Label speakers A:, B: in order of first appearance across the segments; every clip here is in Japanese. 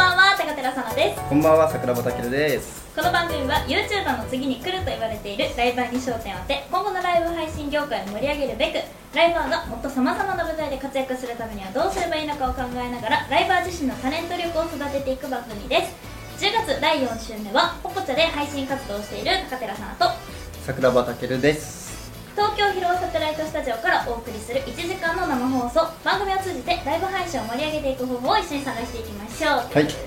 A: 田紗奈です
B: こんばんは、桜庭健です。
A: この番組は YouTuber の次に来ると言われているライバーに焦点を当て今後のライブ配信業界を盛り上げるべくライバーのもっとさまざまな舞台で活躍するためにはどうすればいいのかを考えながらライバー自身のタレント力を育てていく番組です10月第4週目はポコチャで配信活動をしている高寺さんと
B: 桜庭健です。
A: 東京広尾サテライトスタジオからお送りする1時間の生放送番組を通じてライブ配信を盛り上げていく方法を一緒に探していきましょう
B: はい。ということで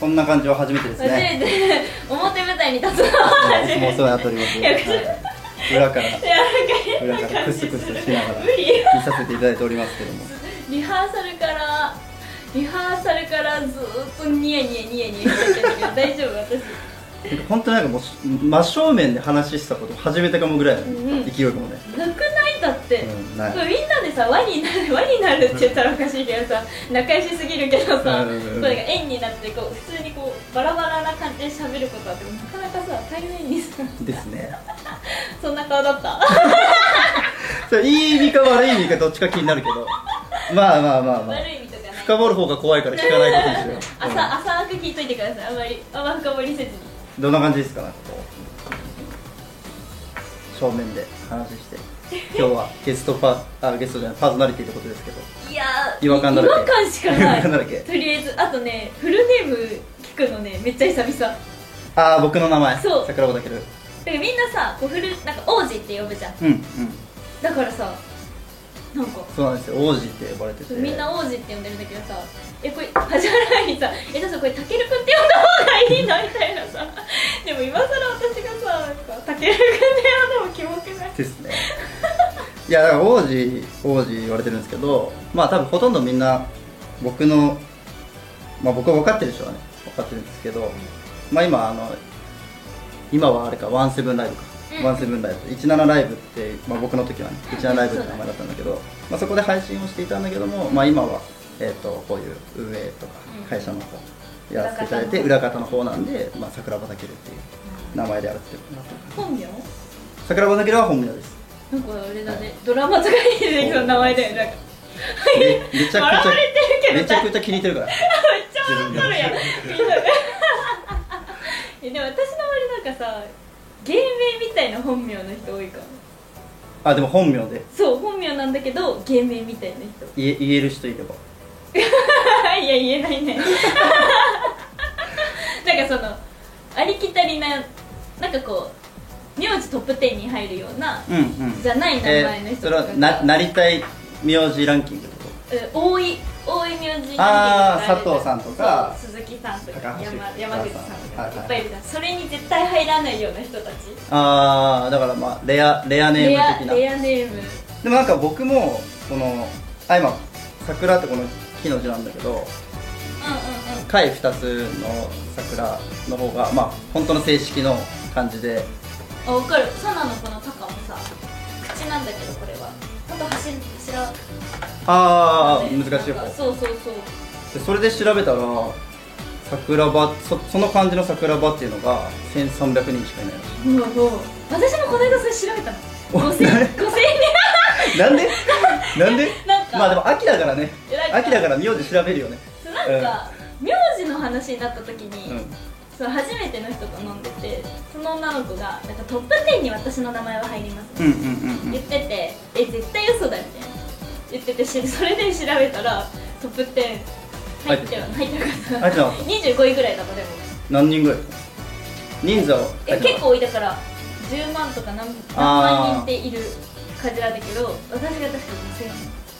B: こんな感じは初めてです
A: 初め
B: ね。
A: て表舞台に立つのは初め
B: もうお世話になっております。
A: いや
B: はい裏から
A: てなんか
B: 裏からクスクスしながら
A: 無理よ
B: 見させていただいておりますけども。
A: リハーサルからリハーサルからずーっとニヤニヤニヤニヤしてたけど大丈夫私
B: なんか本当なんかもう真正面で話したこと初めてかもぐらい
A: うんうん
B: の勢いかもね。
A: なくないだって、
B: うんない
A: これみんなでさ輪になる輪になるって言ったらおかしいけどさ仲良しすぎるけどさ、
B: うんうんうん
A: これが円になってこう普通にこうバラバラな感じで喋ることあってもなかなかさ対面にさ
B: ですね。
A: そんな顔だった
B: それいい意味か悪い意味かどっちか気になるけど。まあまあまあまあ。
A: 悪い意味とかない
B: 深掘る方が怖いから聞かないことにしよう。
A: 朝浅く聞いといてくださいあんまりあんま深掘りせずに
B: うんどんな感じですかなんかこう正面で話して。今日 はゲストパあゲストじゃないパーソナリティってことですけど。
A: いやー
B: 違和感だらけ
A: 違和感しかな
B: 違和感だら
A: い
B: け
A: とりあえずあとねフルネーム聞くのねめっちゃ久々だか
B: ああ僕の名前。
A: そう
B: 桜庭健。うん
A: らみんなさこうフルなんか王子って呼ぶじゃん
B: うん。
A: だからさなんか
B: そうなんですよ。王子って呼ばれてて。
A: みんな王子って呼んでるんだけどさえこれ梶原にさ「えじゃあさこれたけるくんって呼んだ方がいいの?」みたいなさでも今更私がさなんかたけるくんって呼んでもキモくない
B: ですねいやだから王子王子言われてるんですけどまあ多分ほとんどみんな僕のまあ僕は分かってる人はね分かってるんですけど、まあ今あの今はあれかワンセブンライブか、
A: うん
B: ワンセブンライブ17ライブって、まあ、僕の時はね17ライブって名前だったんだけど、まあ、そこで配信をしていたんだけども、まあ、今は、えー、とこういう運営とか
A: うん
B: 会社の方やらせていただいて裏方の方なんで、まあ、桜庭健っていう名前でやらせてもらってます
A: 本名
B: 桜庭健は本名です
A: なんかあれだねドラマとかに出てきそうな名前だよねなんか
B: めめちゃ
A: 笑
B: くち
A: わ
B: ゃ
A: れてるけど
B: めちゃくちゃ気に入ってるから
A: めっちゃ笑っとるやんみんなで えでも私の周りなんかさ芸名みたいな本名の人多いから
B: あでも本名で
A: そう本名なんだけど芸名みたいな人
B: 言え言える人いれば
A: いや言えないね なんかそのありきたりななんかこう名字トップ10に入るような
B: うんうん
A: じゃない名前の
B: え
A: 人
B: ーそれはななりたい名字ランキングってこ
A: え多い多い名字ランキングとか
B: あー
A: あるじゃ
B: 佐藤さんとか
A: そう鈴木さんとか
B: 高
A: 山
B: 橋
A: 山口さんとか
B: はいい
A: っぱいいるじゃんそれに絶対入らないような人たち
B: とああだからまあレアレアネ
A: レア
B: ーム的な
A: レアネーム
B: でもなんか僕もこのあ今桜ってこの木の字なんだけど
A: う
B: 貝2つの桜の方がまあ本当の正式の感じで
A: んうんうんあ分かるサナのこのタカもさ口なんだけどこれはあと柱柱
B: ああ難しい
A: なんか
B: 方
A: そうそうそう
B: でそれで調べたら桜庭そその感じの桜庭っていうのが1300人しかいないらし
A: うわもう私もこの間それ調べたの
B: お
A: 5000 5000
B: いなんでなんで
A: なんか
B: まあでも秋だからね
A: えなんか
B: 秋だから名字調べるよね
A: 円なんか名字の話になった時に、
B: う
A: その初めての人と飲んでてその女の子がなんかトップ10に私の名前は入ります、
B: んうんうんうんう
A: 言っ
B: ん
A: ててえ絶対嘘だみたいな言っててしそれで調べたらトップ10入っては入ってなかった
B: 入ってなかった
A: 25位ぐらいだったでも
B: 何人ぐらい人数は
A: え結構多いだから10万とか何何万人っている感じなんだけど私が確か2000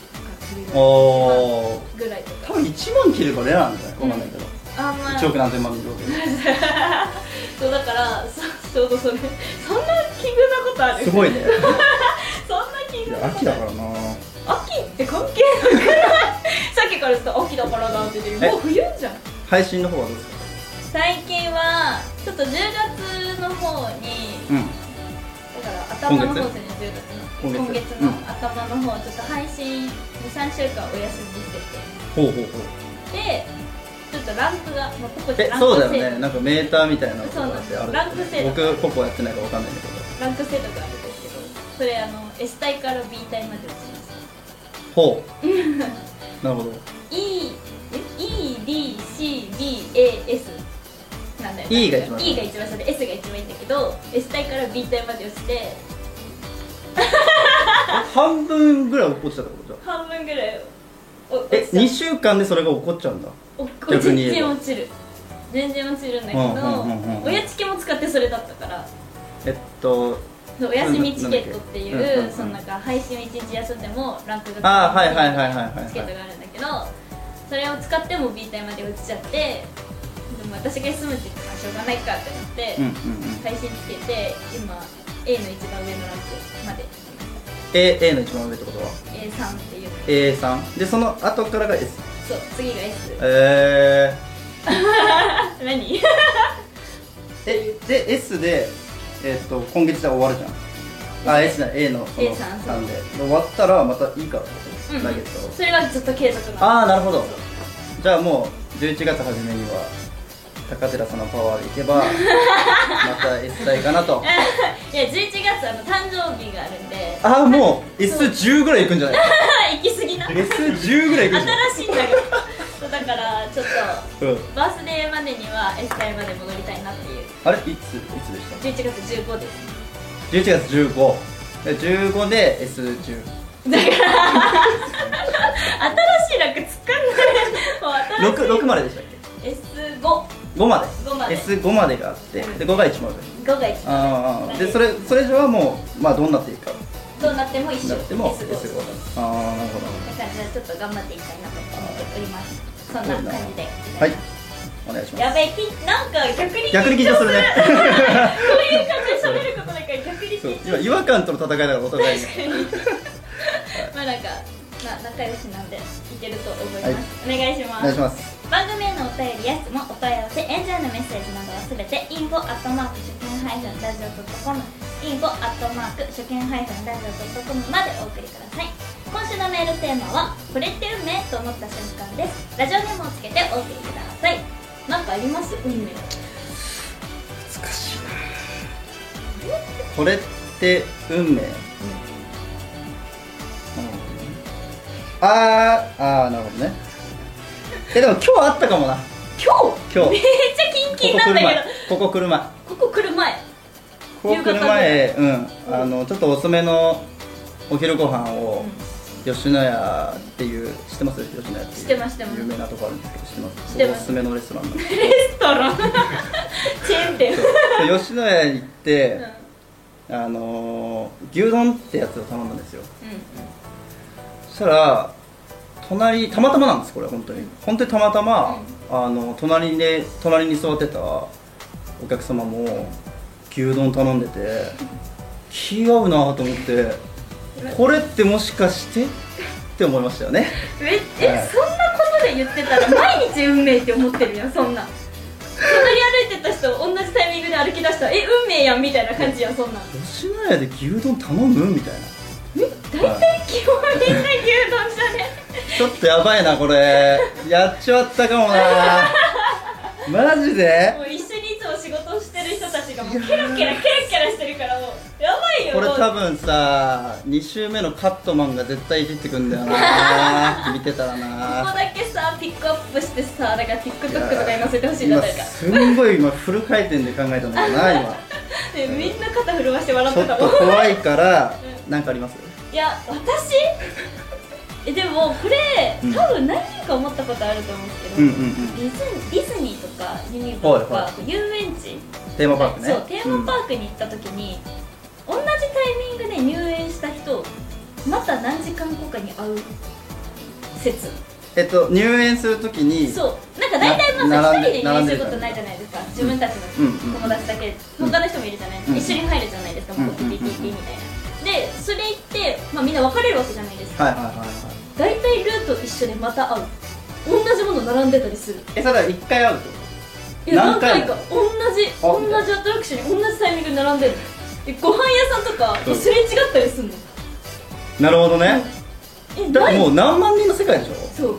A: とか
B: おー
A: ぐらいとか
B: 多分1万切ればレアなんじゃないわかんないけど、
A: あんま
B: 1億何千万人いるわけで
A: そうだからそちょうどそれそんな奇遇なことある
B: すごいね
A: そんな奇
B: い
A: 遇な
B: や
A: こと
B: 秋だからな
A: 秋って関係なくない さっきからずっと秋だからだって言ってる
B: え
A: もう冬じゃん
B: 配信の方はどうですか
A: 最近はちょっと10月の方に
B: うん
A: だから頭の方ですね10月の
B: 今
A: 今
B: 月
A: 月の頭の方ちょっと配信23週間お休みして
B: ほうほうほう
A: てでちょっとランクがもうここで
B: え
A: ランク
B: そうだよ
A: 制
B: ねなんかメーターみたいなの
A: そうなんです
B: てある
A: ランク制度
B: 僕ポコやってないからわかんないんだけど
A: ランク制度があるんですけどそれあの S 帯から B 帯まで落ちました
B: ほうなるほど
A: EEDCB BAS なんだよ、ね、
B: E が一番
A: E が一番下で S が一番いいんだけど S 体から B 体まで落ちて
B: 半分ぐらい落っこちたってことじゃん
A: 半分ぐらいお落
B: え
A: ちた
B: 2週間でそれが起こっちゃうんだ
A: おお
B: 逆に
A: 全
B: 言え
A: 然
B: ば
A: 落ちる全然落ちるんだけ
B: うんうんうんうんうん
A: ど親チケも使ってそれだったから
B: えっと
A: そうお休みチケットってい
B: なんだっけうんうんう
A: うんそのなんか配信1日休んでもランクが
B: あーはいはいはいはいはいはい
A: チケットがあるんだけどそれを使っても B 隊まで落ちちゃってでも私が休むって言ったらしょうがないかってなって、
B: うんうんうん
A: 配信つけて今 A の一番上のランクまで
B: A, A の一番上ってことは
A: A3 っていう
B: A3 でその後からが S
A: そう次が S
B: え
A: 何
B: ー、えで S で、えっと今月で終わるじゃんあ S じゃない A のその
A: A さん
B: なんでで終わったらまたいいから
A: うん
B: 来月から
A: それはずっと継続なの
B: ああなるほどじゃあもう11月初めには高寺さんのパワーでい けばまた S 体かなと
A: いや11月あの誕生日があるんで
B: ああもう S10 ぐらいいくんじゃない
A: 行き過ぎな
B: S10 ぐらいいくんじゃない
A: 新しいんだけどそうだからちょっと
B: うん
A: バースデーまでには S タイまで戻りたいなっていう
B: あれいついつでした
A: 11月15です
B: 11月15で15で S10
A: だから新しいランク作んないもう新しい
B: 6, 6まででしたっ
A: S55
B: け5まで
A: 5まで
B: S5 までがあってで5が1まで
A: が一番
B: ああでそれそれ以上はもうまあどうなっていいか
A: どうなっても一緒
B: なっても
A: S5
B: S5 だああなるほど
A: だからじゃあちょっと頑張っていきたいなと思っておりますそんな感じで
B: はいお願いします
A: やべえきなんか逆に
B: 逆に緊張するね
A: こういう感じで喋ることなんから逆に緊張す
B: そう
A: る
B: 今違和感との戦いだからお互いに
A: まあなんか、まあ、仲良しなんでいけると思います、
B: はい
A: お願いしま
B: お
A: す
B: 願いします
A: 番組へのお便りや質問お問い合わせ演者へのメッセージなどはすべて info アットマーク初見ハイフンラジオ .com info アットマーク初見ハイフンラジオ .com までお送りください今週のメールテーマは「これって運命?」と思った瞬間ですラジオネームをつけてお送りくださいなんかあります運命
B: 難しいなこれって運命、うん、あーあーなるほどねえでも今日あったかもな
A: 今日
B: 今日
A: めっちゃキンキンなんだけど
B: ここ来る前
A: ここ来る前
B: ここ来る前ここ来る前うんあのちょっと遅めのお昼ご飯を、吉野家っていう知ってます吉野家っていう
A: 知ってます知ってます
B: 有名なとこあるんですけど知ってま
A: 知
B: す
A: ってます
B: おすすめのレストラン なんです
A: レストランチェーン店
B: けどで吉野家行って、
A: うんうん
B: あのー牛丼ってやつを頼んだんですよそしたら隣たまたまなんですこれ本当に本当にたまたま、あの隣で隣に座ってたお客様も牛丼頼んでて気合うなと思ってこれってもしかしてって思いましたよね
A: ええ、
B: はい
A: そんなことで言ってたら毎日運命って思ってるやんそんな隣歩いてた人同じタイミングで歩き出したらえ運命やんみたいな感じやんそんなん
B: 吉野家で牛丼頼むみたいな
A: 大体基本みんな牛丼じゃね
B: ちょっとやばいなこれやっちまったかもなマジで
A: もう一緒にいつも仕事をしてる人たちがもうケラケラケラケラしてるからもうやばいよ
B: これ
A: もう
B: 多分さ2週目のカットマンが絶対いじってくんだよ な見てたら
A: ここ
B: な
A: だけさピックアップしてさだから TikTok とかに載せてほしいな
B: 今
A: 誰か
B: すんごい今フル回転で考えたんだけどな今
A: でみんな肩震わして笑っ
B: ちょ
A: て
B: ったと
A: もん
B: 怖いからなんかあります
A: いや私えでもこれ
B: うん
A: 多分何人か思ったことあると思うんですけど、
B: うんうんうん
A: ディズディズニーとかユニバとか、
B: はいは
A: 遊園地
B: テーマパークね
A: そうテーマパークに行った時に、同じタイミングで入園した人また何時間後かに会う説
B: うんえっと入園するときに
A: そうなんか大体ま
B: な
A: あ
B: 並
A: 一人
B: んで
A: で入園することないじゃないですか自分たちの
B: うん
A: 友達だけ、
B: うん
A: 他の人もいるじゃないですか、
B: うん
A: 一緒に入るじゃないですか、
B: うん
A: もうピピピピみたいなでそれ行って、まあ、みんな別れるわけじゃないですか、
B: はいはいはいはい
A: 大体ルート一緒でまた会う同じもの並んでたりする
B: えそれは1回会うってこ
A: いや何
B: 何
A: 回
B: 回も
A: か同じ
B: あ
A: 同じアトラクションに同じタイミングで並んでるでご飯屋さんとか
B: うん
A: すれ違ったりすんの
B: となるほどね
A: え
B: だって
A: ない
B: もう何万人の世界でしょ
A: そう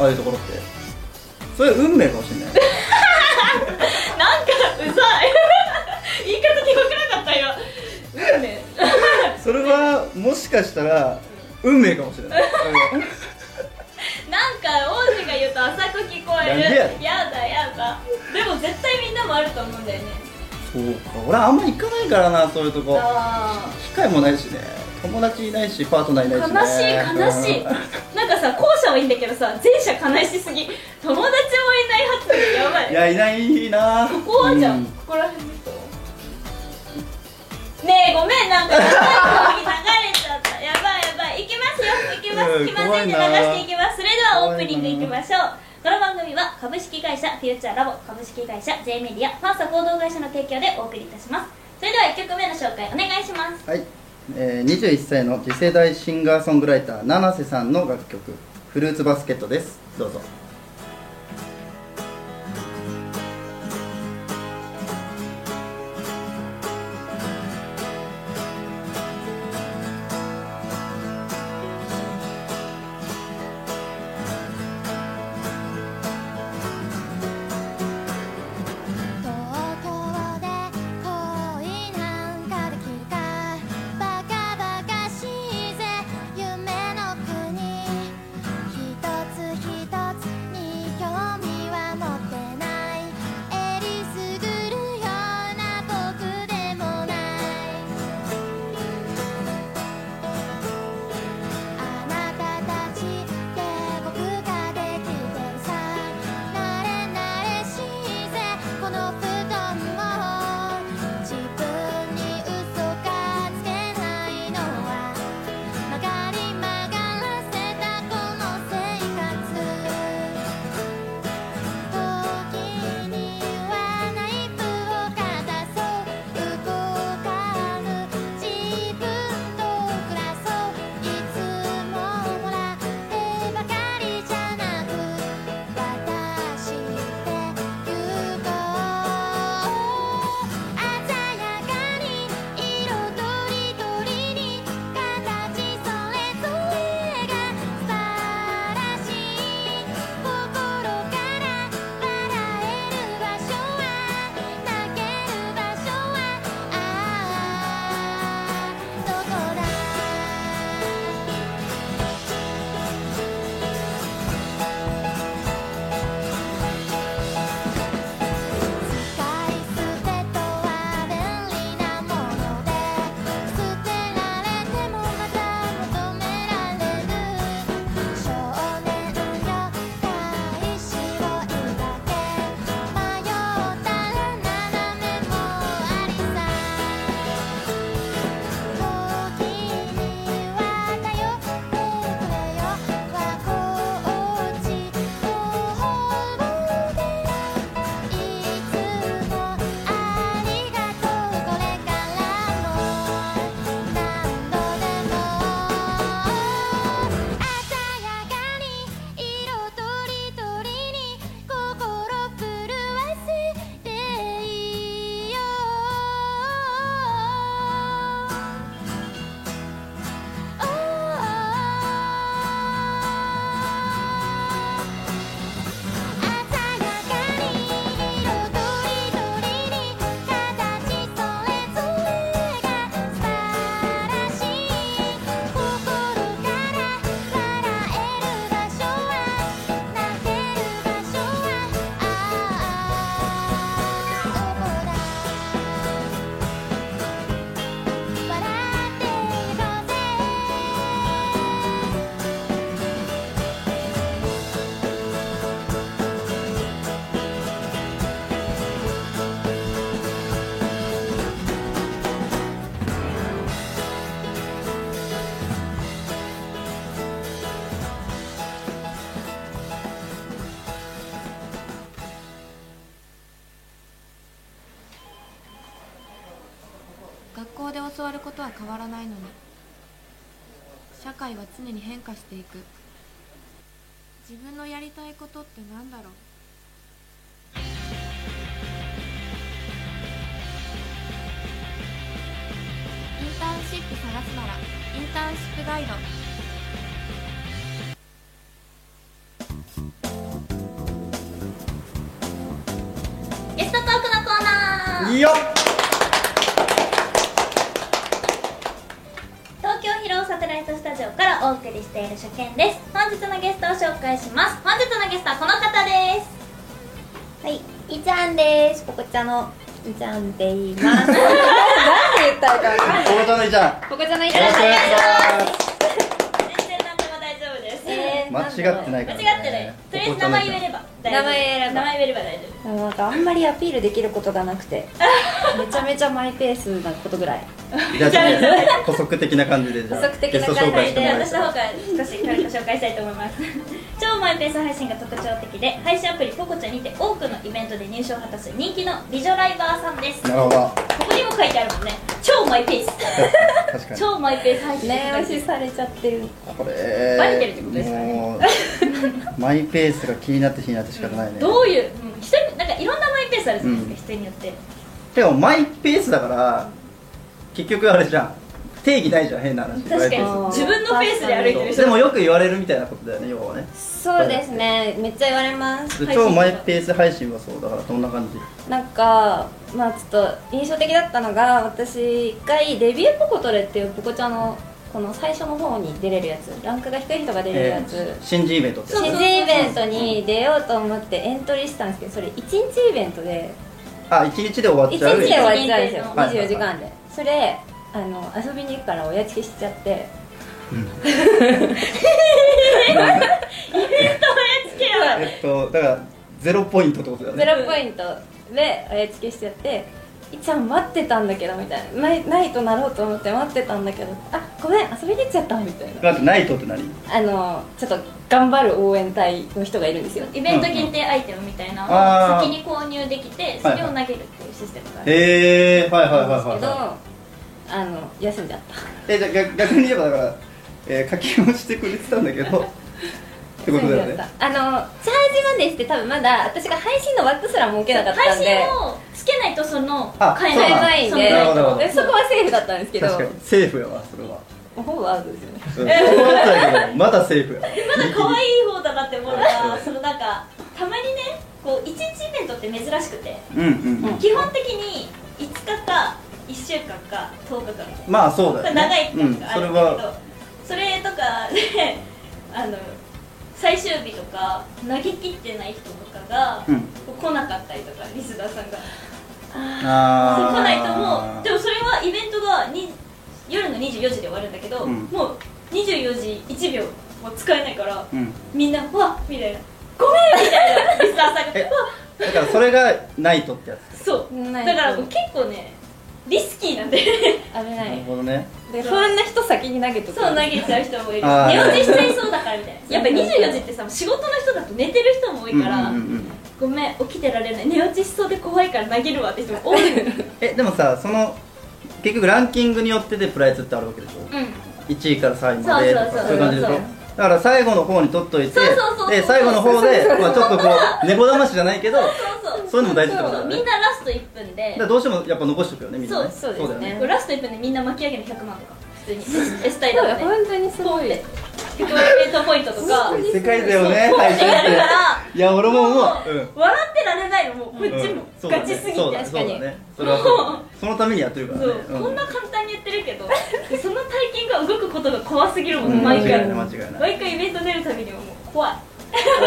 B: ああいうところってそれ運命かもしれない
A: なんかうざい 言い方聞こえなかったよ運命
B: それはもしかしたら運命かもしれな いうん
A: なんか王子が言うと朝こ聞こえ
B: なんでやね
A: るやだやだもあると思うんだよね
B: そうか俺あんま行かないからなそういうとこ
A: あ
B: 機会もないしね友達いないしパートナーい
A: あ
B: ない
A: 悲
B: し、ね、
A: しい悲しいなんかさ後者はいいんだけどさ前者悲しすぎ友達もいないはずだよやば
B: うん
A: い
B: いやいないな
A: ここはじゃん、
B: う
A: ここら辺の人ねえごめんなんか長い時流れちゃったやばいやばい行きますよ行きます
B: うん
A: 気まずいんで流
B: 怖いな
A: していきますそれではオープニング
B: 怖い
A: い
B: な
A: きましょうこの番組は株式会社フューチャーラボ株式会社 J メディアファーサ合同会社の提供でお送りいたしますそれでは1曲目の紹介お願いします
B: はい、えー、21歳の次世代シンガーソングライター七瀬さんの楽曲「フルーツバスケット」ですどうぞ
C: 東京で恋なんかできたバカバカしいぜ夢の国一つ一つに興味は持ってないえりすぐるような僕でもない「あなたたちで僕ができてるさ」「なれなれしいぜこの布団を」「自分に嘘がつけないのは」「曲がり曲がらせたこの生活」「時にはナイフをかざそう」「動かぬ自分と暮らそう」「いつももらってばかりじゃなく」「私って言うと鮮やかに色とりどりに」「形それぞれが素晴らしい」「心から笑える場所は泣ける場所はああどこだ」「使い捨てとは便利なもので」「捨てられてもまた求められる」「少年よ大志を抱け」「迷ったら斜めもありさ」「時には頼ってくれよ」「和光地とほで」「いつもありがとうこれからも」「何度でも」「鮮やかに色とりどりに心震わせていよう」「鮮やかに色とりどりに形それぞれが素晴らしい」「心から笑える場所は泣ける場所はああどこだ」「笑っていこうぜ」
D: 学校で教わることは変わらないのに社会は常に変化していく自分のやりたいことって何だろうインターンシップ探すならインターンシップガイ ド
A: ゲストトークのコーナー
B: いいよ
A: 東京広尾サテライトスタジオからお送りしている初見です本日のゲストを紹介します本日のゲストはこの方ですはい
E: いちゃんですポコちゃんのいちゃんって言います何言ったのか分かんない
B: ポコちゃんのいちゃん
E: ポコちゃんのいち
B: よ
E: ゃん
B: ろしくお願い
E: で
A: 全然
B: します
E: す
A: 何でも大丈夫です、
E: えー
B: 間違ってないから、ね、
A: 間違ってないとりあえず名前言えれば大丈夫
E: 名前言えれば
A: 名前言えれば大丈
E: でもなんかあんまりアピールできることがなく てめちゃめちゃマイペースなことぐ らい
B: じゃあちょっと補足的な感じでじゃ
E: 補
B: あ
E: 足的
B: ゲ
E: な
B: ス
E: 感
B: ト
E: じ
B: 紹介し
A: 夫
B: ても
A: で
B: らいま
A: 私
B: す
A: の方から少し軽く紹介したいと思います超マイペース配信が特徴的で配信アプリポコチャにて多くのイベントで入賞を果たす人気の美女ライバーさんですこ
B: なるほど
A: こにも書いてあるもんね超マイペース
B: 確かに
A: 超マイペース配信って書いてある
E: されちゃってる
B: これ
A: バレてるってことですかね
B: もうマイペースが気になって気になって仕方ないね、
A: どういう、うん、人になんかいろんなマイペースあるじゃないですか、
B: うん
A: 人によって
B: でもマイペースだから結局あれじゃん定義ないじゃん変な話
A: 確かに
B: マイ
E: ー
A: 自分のペースで歩いてる
B: ペース
A: 人
B: でもよく言われるみたいなことだよね要はね
E: そうですねめっちゃ言われます
B: で
A: 配信
B: 超マイペース配信はそうだからどんな感じ
E: なんかまあちょっと印象的だったのが私一回デビューポコトレっていうポコちゃんのこの最初の方に出れるやつランクが低い人が出れるやつ、
B: えー新人イベントってやつ
E: 新人イベントに出ようと思ってエントリーしたんですけどそれ1日イベントで
B: あ一日で終わっ
E: 1日
B: ちゃう
E: で終わっちゃうんですよ
A: はい
B: はいはい
E: 24時間でそれあの遊びに行くから親付けしちゃって
A: つけや
B: えっとだからゼロポイントってことだよ
E: ゼ
B: ね
E: ロポイントで親付けしちゃって「いっちゃん待ってたんだけど」みたいなないないとなろうと思って待ってたんだけど「あごめん遊びに行っちゃった」みたいな
B: なんかナイトって何
E: あのちょっと頑張る応援隊の人がいるんですよ
A: イベント限定アイテムみたいな
B: あ
A: のを
B: ー
A: 先に購入できてそれを投げるっていうシステムがある
B: へえー、はいはいはい
E: け
B: はい
E: ど
B: はい
E: あの休んじゃった
B: えじゃあ逆逆に言えばだから、えー、課金をしてくれてたんだけどってことだよね
E: あのチャージまでして多分まだ私が配信の枠すら設けなかったん
A: 配
E: で
A: 信をつけないとその
B: あ
A: 買え
E: 買え
A: な
E: ないいん
A: その
E: で
B: なるほど
E: でそこはセーフだったんですけど
B: 確かにセーフやわそれは
E: ほぼアウトですよね
B: そう思ったけどまだセーフや
A: まだ可愛い方だなって思うのがそのなんかたまにねこう1日イベントって珍しくて
B: うんうん、うん、
A: 基本的に5日か1週間か10日かみたいな
B: まあそうだよ、ね、
A: 長い期間
B: うん、
A: があ
B: それ
A: るんだけ
B: は
A: どそれとかであの最終日とか投げ切ってない人とかが
B: うん
A: 来なかったりとかリスナーさんがそう来
B: ああ
A: ないともうでもそれはイベントがに夜の24時で終わるんだけど、
B: うん
A: もう24時1秒も使えないから、
B: うん
A: みんな「うわっ」みたいな「ごめん」みたいなリスナーさんが「
B: え
A: うわ
B: だからそれがナイトってやつ
A: そう
E: ない
A: だからもう結構ねリスキーなんで
E: 危な
B: なる
E: い
B: ほどね
E: で不安な人先に投げとく
A: そう投げちゃう人もいるし
B: あー
A: 寝落ちしちゃいそうだからみたいなやっぱ24時ってさ仕事の人だと寝てる人も多いから、
B: うんうんうんうん、
A: ごめん起きてられない寝落ちしそうで怖いから投げるわって人も多いの
B: えでもさその結局ランキングによってでプライズってあるわけでしょ、
A: うん
B: 1位から3位までとか
A: そうそうそう
B: そういう感じでしょ
A: そう
B: だから最後の方に取っといて
A: そうそうそうそう
B: で最後の方で、まあ、ちょっとこ う猫だましじゃないけど
A: そうそう
B: そういうのも大事ってことだ
A: そ
B: よ
A: う
B: ね
A: みんなラスト1分で
B: だからどうしてもやっぱ残しておくよねみんなね
A: そう
E: そうですね
B: だよね
A: ラスト1分でみんな巻き上げの100万とか普通に S
E: そ
A: 体
E: う
A: だと ね
E: 本当にすごい
A: 100万ペイトポイントとか
B: 世界だよね
A: そう
B: 配信っ
A: そうだから
B: ていや俺も思う、うん
A: 笑ってられないのもうこっ
B: うん
A: ちも
B: そうだ
A: ガ
B: ね
A: チすぎて
B: そうだね
A: 確か
B: そう
A: に
B: だねそれはそうだねそのためにやってるからね
A: そうこんな簡単に言ってるけどその体験が動くことが怖すぎるも
B: うんん
A: 毎
B: 間違
A: 回
B: いない間違いない
A: 毎回イベント出るたびにはもう怖い怖いです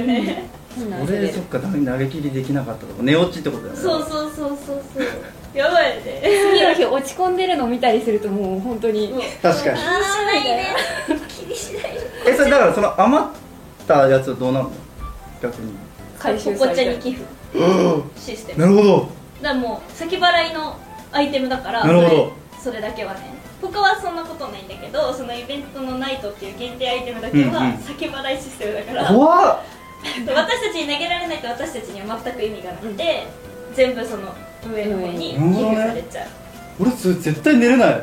A: よね
B: 俺そっか投げ切りできなかったとか寝落ちってことだよね
A: そうそうそうそうそうやばいよね
E: 次の日落ち込んでるの見たりするともう本当に
B: 確かに
A: 気にしないで気にしないで
B: えそれだからその余ったやつはどうなるの逆 に
E: 回収
A: こ
E: さ
A: こち
E: れ
A: ゃ
E: て
A: に
E: る
A: 寄付システム
B: るほ
A: だ
B: ど
A: からもう先払いのアイテムだから
B: なるほど
A: それそれだけはね他はそんなことないんだけどそのイベントのナイトっていう限定アイテムだけ
B: うんう
A: は
B: ん
A: 先払いシステムだから、
B: 怖っ
A: 私たちに投げられないと私たちには全く意味がなくて、全部その上の方に寄付されちゃう、
B: 俺それ絶対寝れない
A: そう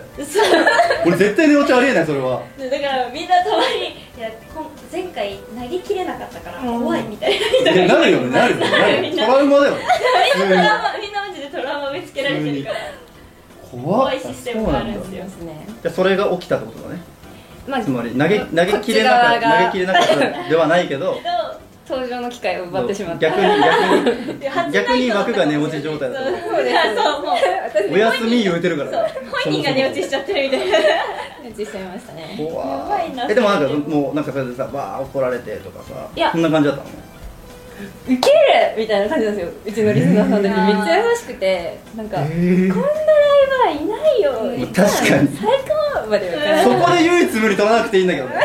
B: 俺絶対寝落ちありえないそれは
A: でだからみんなたまにいやこん前回投げきれなかったから
E: うん
A: 怖いみたいな、
B: い やなるよねなるよねなるよトラウマだよ
A: みんなトラウマみんなマジでトラウマ見つけられてるから
B: 怖
A: 怖いシステムがあるんですよ
E: ですね
B: じゃあそれが起きたってことだね
E: まあ
B: つまり投げ投げ切れなかっ
E: こ
B: た
E: っち側が
B: 投げ切れなかったではないけど
A: けど
E: 登場の機会を奪ってしま った
B: 逆に 逆に逆に枠が寝落ち状態だと
A: そうですそうもう
B: お休み言うてるからね
A: 本人が寝落ちしちゃってるみたいな
E: 落ちしちゃいましたね
B: 怖
A: やばいな
B: えでもなんかもうなんかそれでさバー怒られてとかさ
E: いや
B: そんな感じだったの
E: ウケるみたいな感じなんですようちのリスナーさんたちめっちゃ優しくてなんか、
B: え
E: こんなライバーいないよ
B: ー、確かに
E: 最高までは言わない
B: そこで唯一無理取らなくていいんだけどね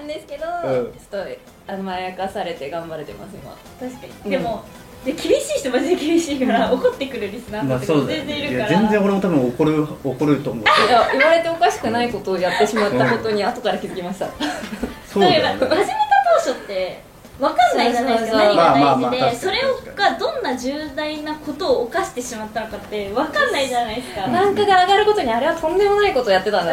E: んですけど、
B: うん
E: ちょっと甘やかされて頑張れてます今
A: 確かにでも、で厳しい人マジで厳しいから怒ってくるリスナー
B: ま
A: さ
B: あ
A: んと
B: そ
A: か
B: うだよ
A: 全然い
B: ねい
A: る
B: や
A: から、
B: 全然俺も多分怒る怒ると思う
E: いや言われておかしくないことをやってしまったことに後から気づきました
B: そうだ
A: 例えば
B: よね
A: 始めた当初って分かんないじゃないですか
E: そうそうそう
A: 何が大
B: まあまあ
A: 事で、
B: まあ確
A: そ
B: かに
A: れがどんな重大なことを犯してしまったのかって分かんないじゃないですか、
E: ランクが上がることにあれはとんでもないことをやってたんだ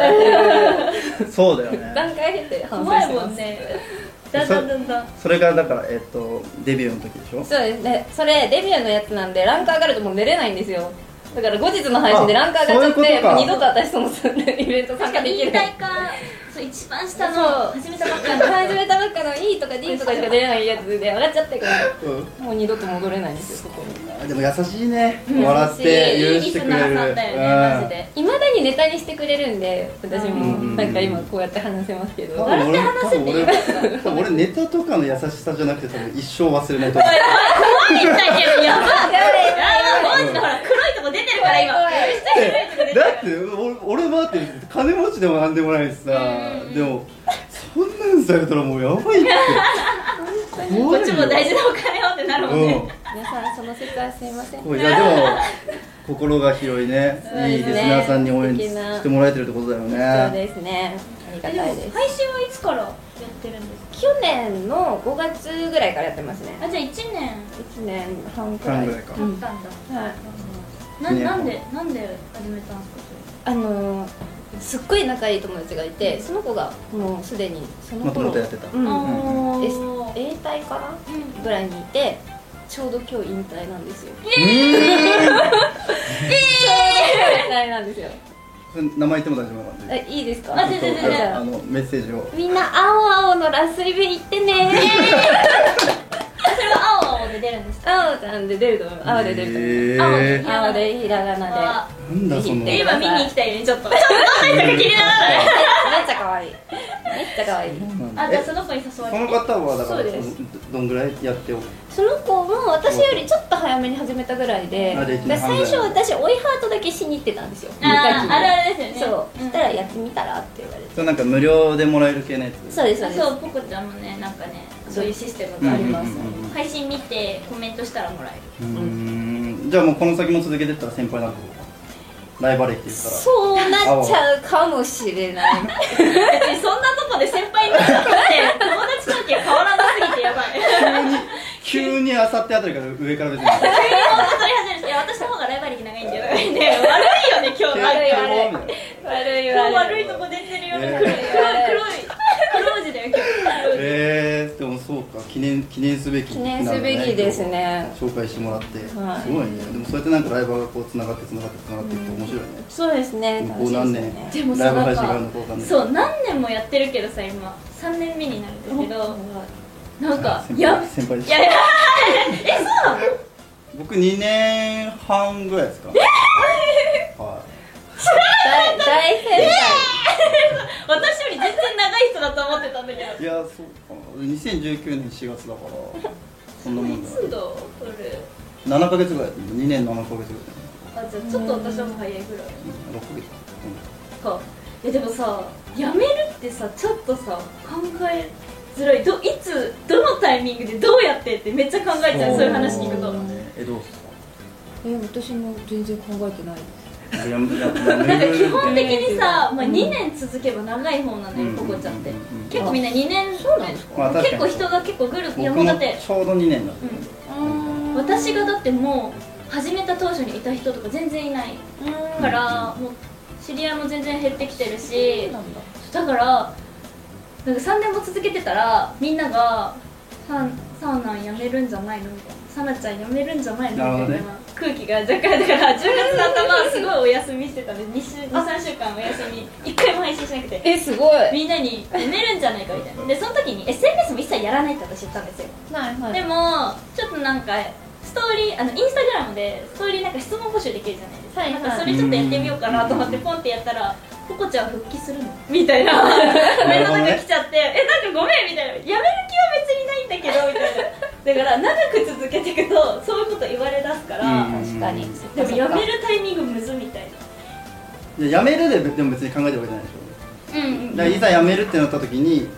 E: なって
B: そう だよね
E: 段階経て反省
A: 怖
E: し
A: い
E: て
A: も
E: ます
A: んねだんだんだんだん
B: それがだからえっとデビューの時でしょ
E: そうですねそれデビューのやつなんでランク上がるともう寝れないんですよだから後日の配信で
B: あ
E: ランク上がっちゃ
B: そうい
E: っ
B: う
E: て
B: ことか
E: もう二度と私そのそのイベント参加でき
A: 引
E: る
A: 退かそう一番下の
E: そう
A: 始めたばっかの
E: 始めたばっかの E とか D とかしか出れないやつで上がっちゃってから
B: うん
E: もう二度と戻れないんですよそこに
B: あでも優しいね
E: ん
B: 笑って許してくれ
A: いいリスナーさ
B: る
A: んだよねマジで
E: いまだにネタにしてくれるんで私も
B: うん
E: なんか今こうやって話せますけ
B: うん
E: ど
B: 多
E: 笑
B: 分俺多分俺多分俺ネタとかの優しさじゃなくて多分一生忘れないと思う
A: 怖いんだけどやばい
E: やばい
A: あー王子のほら黒いとこ出てるから今
E: 怖い怖い
B: だってお俺はって金持ちでもなんでもないしさでもそんなんされたらもうやばい って
A: こ
B: 怖いよ
A: っちも大事なお金をってなるもんね、
E: 皆さんその説はすいません
B: うんいやでも心が広いね
E: うですね
B: いいリスナーさんに応援
E: 素敵な
B: してもらえてるってことだよ
E: そう
B: ね
E: ですねありが
A: で
E: たい
A: も
E: です
A: 配信はいつからやってるんですか
E: 去年の5月ぐらいからやってますね
A: あじゃあ1年
E: 1年半くら
B: 半
E: い
B: ぐらいか
E: うん
A: たんだ、
E: はい
A: な
B: ね
A: なんでなんで始めたんですか
E: あのーすっごい仲いい友達がいてその子がもうすでにその
B: もとも
E: 頃
B: とやってた
E: う
A: それ、
E: ん、
A: あー
E: S- A 隊かな
A: うん
E: ぐらいにいてちょうど今日引退なんですよ
B: うー
E: 引退なんですよ
B: ん名前言っても大丈夫なんで
E: えいいですか
A: あ全然全然
B: あのメッセージを
E: みんな青青のラスイベ行ってね
A: それは青青で出るんですか
E: 青ちゃんで出ると思う青で出る
B: え
E: と思う青でひらがな
A: あ
E: で
B: なんだその
A: ー
E: え
A: 今見に行きたいねちょっとちょっとどんな人か気にならない
E: めっちゃ可愛いめっちゃ可愛い
A: あじゃあ
B: え
A: その子に誘わ
B: そ
A: れ
B: の
A: て
B: 方はだから
E: そうです
B: どどんぐらいやってお
E: その子も私よりちょっと早めに始めたぐらいで
B: あできな
E: だ
B: い
E: から最初私追いハートだけしに行ってたんですよ
A: あーあるあるですよね
E: そう、
A: うん
E: そしたらやってみたらって言われて
B: それなんか無料でもらえる系のやつ
E: そうですそう
A: あ
E: です
A: そうポコちゃんもねなんかねそういうシステム
B: う
A: が
B: んう
A: あ
B: ん
A: り
B: うん
A: ます、配信見てコメントしたらもらえる
B: うんうんじゃあもうこの先も続けてったら先輩なんかライバルって言ったら
E: そうなっちゃうかもしれない
A: 別にそんなとこで先輩になっちゃったって友達関係変わらなすぎてやばい
B: 急にあさってあたりから上から別に
A: 急に女取り始めるいや私の方がライバリティ長いんだよね悪いよね今日
E: 悪い悪い
B: みたな
E: 悪い
A: 今日
E: 悪
A: 悪
E: い
A: いとこ出てるよ
B: ね
A: ね黒い黒い黒い字だよ今日
B: えー、でもそうか記念記念すべき
E: 記念すべきですね
B: 紹介してもらって、
E: はい
B: すごいねでもそうやってなんかライバーがこうつながってつながってつながっていくと面白いね、
E: そうですね
B: 向こ
E: 楽
B: う
E: しいです
B: 何
E: ね
B: 年、
A: でもさ
B: ライブ配信があるのかわかんないけど
A: そう何年もやってるけどさ今3年目になるんですけど なんか
B: 先輩
A: いや
B: 先輩で
A: い
B: す
A: やいや
B: 僕2年半ぐらいですかは
E: 大大先輩
A: 私より全然長い人だと思ってたんだけど
B: いいやそうかな俺2019年4月だからそんなもんだ
A: そうだこれ
B: 7ヶ月ぐらい2年7ヶ月ぐらい
A: あじゃあちょっと私はもう早いぐらい
B: 6ヶ月、
A: かいやでもさ辞めるってさちょっとさ考えづらいどいつどのタイミングでどうやってってめっちゃ考えちゃうそういう話聞くと
B: えどうっ すか
E: え私も全然考えてない
B: いやいや
A: なんか基本的にさ、
E: うん
A: まあ、2年続けば長い方なの
B: う
A: よ
B: ん
A: ポコちゃんって
B: うんうんうん
A: 結構みんな2年そうなんです
B: まあ確か
A: 結
B: に
A: 構人が結構ぐるいや
B: 僕
A: もう
B: も
A: だって、
B: ちょうど2年だ
A: うん、私がだってもう始めた当初にいた人とか全然いないからもう知り合いも全然減ってきてるし
E: なんだ
A: だからなんか3年も続けてたらみんなが「さサーナンやめるんじゃないの?」みたいな「サナちゃんやめるんじゃないの?」み
B: なるほど
A: た
B: ね
A: いな空気が若 干だから10月の頭はすごいお休みしてたんで23週間お休み1回も配信しなくて
E: えすごいはい
A: みんなに「やめるんじゃないか」みたいなでその時に SNS も一切やらないって私言ったんですよ
E: は
A: でもちょっとなんかストーリーあのインスタグラムでストーリーなんか質問募集できるじゃないですか,、
E: はいはい
A: なんかそれちょっとやってみようかなと思って
B: うん
A: ポンってやったら「ポコちゃん復帰するの?」みたいなメールとか来ちゃって「えなんかごめん」みたいな「やめる気は別にないんだけど」みたいな
B: いや辞めるででも別に考えてるわけじゃないでしょ
A: うん
B: だからいざ辞めるってなった時に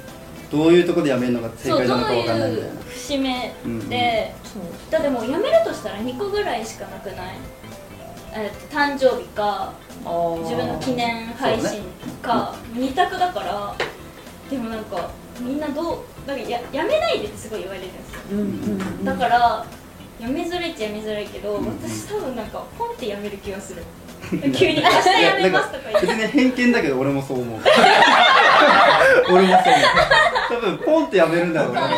B: どういうところで辞めるのが正
A: そう
B: 解
A: ど
B: なの
A: う
B: か分かんないみ
A: い
B: たいうな
A: 節目
B: うんうん
A: で、
E: そう
A: だでも辞めるとしたら2個ぐらいしかなくない、えっと誕生日か自分の記念配信か、二択だからでもなんかみんなどうなんかややめないでってすごい言われるんですよ
E: うんうんうん
A: だからやめづらいっちゃやめづらいけど、
B: んうん
A: 私多分なんかポンってやめる気がする急に「明日やめます」とか
B: い
A: 言って
B: やなん別に偏見だけど俺もそ う思う俺もそう思う多分ポンって辞めるんだろうなだか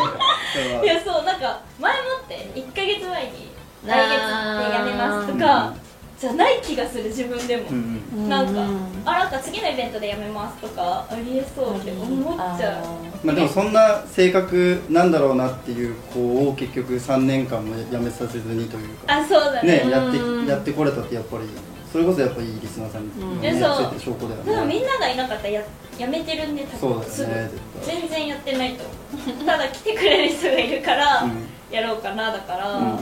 B: ら
A: いやそうなんか前もって1か月前に「来月でやめます」と
B: あ
A: か
B: ー
A: じゃない気がする自分でも、
B: うんうん
A: なんか、
E: うん
A: あなんか次のイベントでやめますとかありえそうって思っちゃう
B: まあ、でもそんな性格なんだろうなっていう子を結局3年間もやめさせずにというか
A: あそうだね
B: ねやっ
E: うん
B: てやってこれたってやっぱりそれこそやっぱいいリスナーさんにね
A: うん
B: つ
A: そう
B: いてる証拠だよ
A: でもみ
B: ね
A: んながいなかったらややめてるんで多
B: そうだ
A: 分
B: よね
A: すぐ
B: 絶対
A: 全然やってないと思うただ来てくれる人がいるから、
B: うん
A: やろうかなだから、
B: うんうんう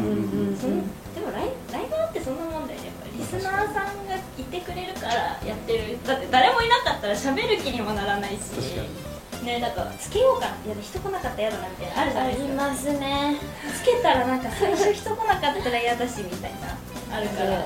B: ん
A: そんでもライライバーってそんなもんだよねやっぱりリスナーさんがいてくれるからやってるだって誰もいなかったら喋る気にもならないし
B: 確か
A: ねなんかつけようかないや人来なかったら嫌だなみたいなあるじゃ
E: あ
A: ないで
E: り
A: すか
E: ますね
A: つけたらなんか最初人来なかったら嫌だしみたいなあるから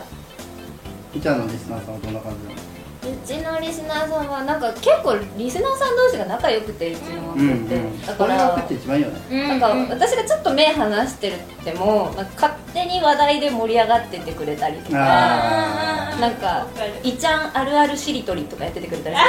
B: みちゃんのリスナーさんはどんな感じなの
E: うちのリスナーさんはなんか結構リスナーさん同士が仲良くてうちの
B: うんう
E: 学校っ
B: ん
E: て、だ
B: こ
E: か
B: れが食
E: ら
B: って一番いいよね
A: な
E: なんか私がちょっと目離してるってもなんか勝手に話題で盛り上がっててくれたりとか
B: あ
E: なんかいちゃんあるあるしりとりとかやっててくれたりし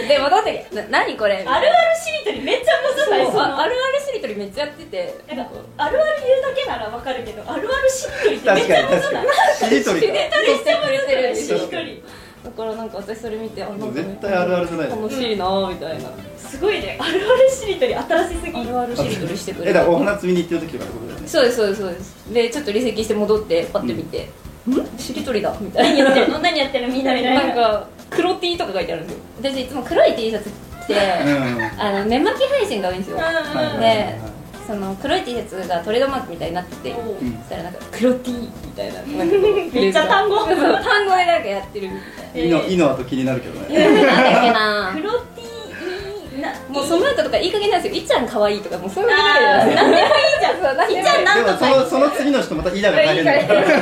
E: て で戻ってきて「な何これ」みた
A: あ
E: い
A: る
E: な
A: あるしりとりめっちゃむずない
E: そう
A: その
E: ああるあるしりとりめっちゃやってて
A: なんかあるある言うだけならわかるけどあるあるしりとりってめっちゃ
B: 確かに
A: むずな
B: 確
A: い
B: かにしりとりか
E: りしてくれてる
A: し
E: し
A: り
B: 確
A: と
B: かに
A: り
E: だからなんか私それ見てあなんか
B: 絶対あるあるじゃない
E: 楽しいなぁみたいな、
A: すごいねあるあるしりとり新しすぎ
E: あるあるしりとりしてく
B: え
E: れ
B: だ
E: る
B: からお花摘みに行ってる時とかってことだよね
E: そうですそうですそうですでちょっと離席して戻ってパッて見て「んしりとりだ」みたい
A: 何や
E: な
A: ってるの何やってるのみんなみたいな
E: なんか黒 T とか書いてあるんですよ私いつも黒い T シャツ着て
B: うんうん
E: あの寝巻き配信が多いんですよ
A: うんうんうん
E: ねその黒い T シャツがトレードマークみたいになってて
A: おう
B: うん
E: そしたらなんか黒 T みたいななんか
A: めっちゃ単語
E: そうそう単語でなんかやってるみ
A: えー
B: いいのいいのあと気になるけどね
E: たいななんだっけな
A: 黒 T な
E: もうその後とかいい加減なんですよいっちゃん可愛いとかもうそんなこと
A: あ
E: ない
A: ー
E: で
A: なんでもいいじゃん
E: そうなんでもいい
A: いっちゃんな
B: で
A: ん
B: も
A: と
B: そ
A: かいい
B: のその次の人また「い」だが大変だから
A: いっちゃ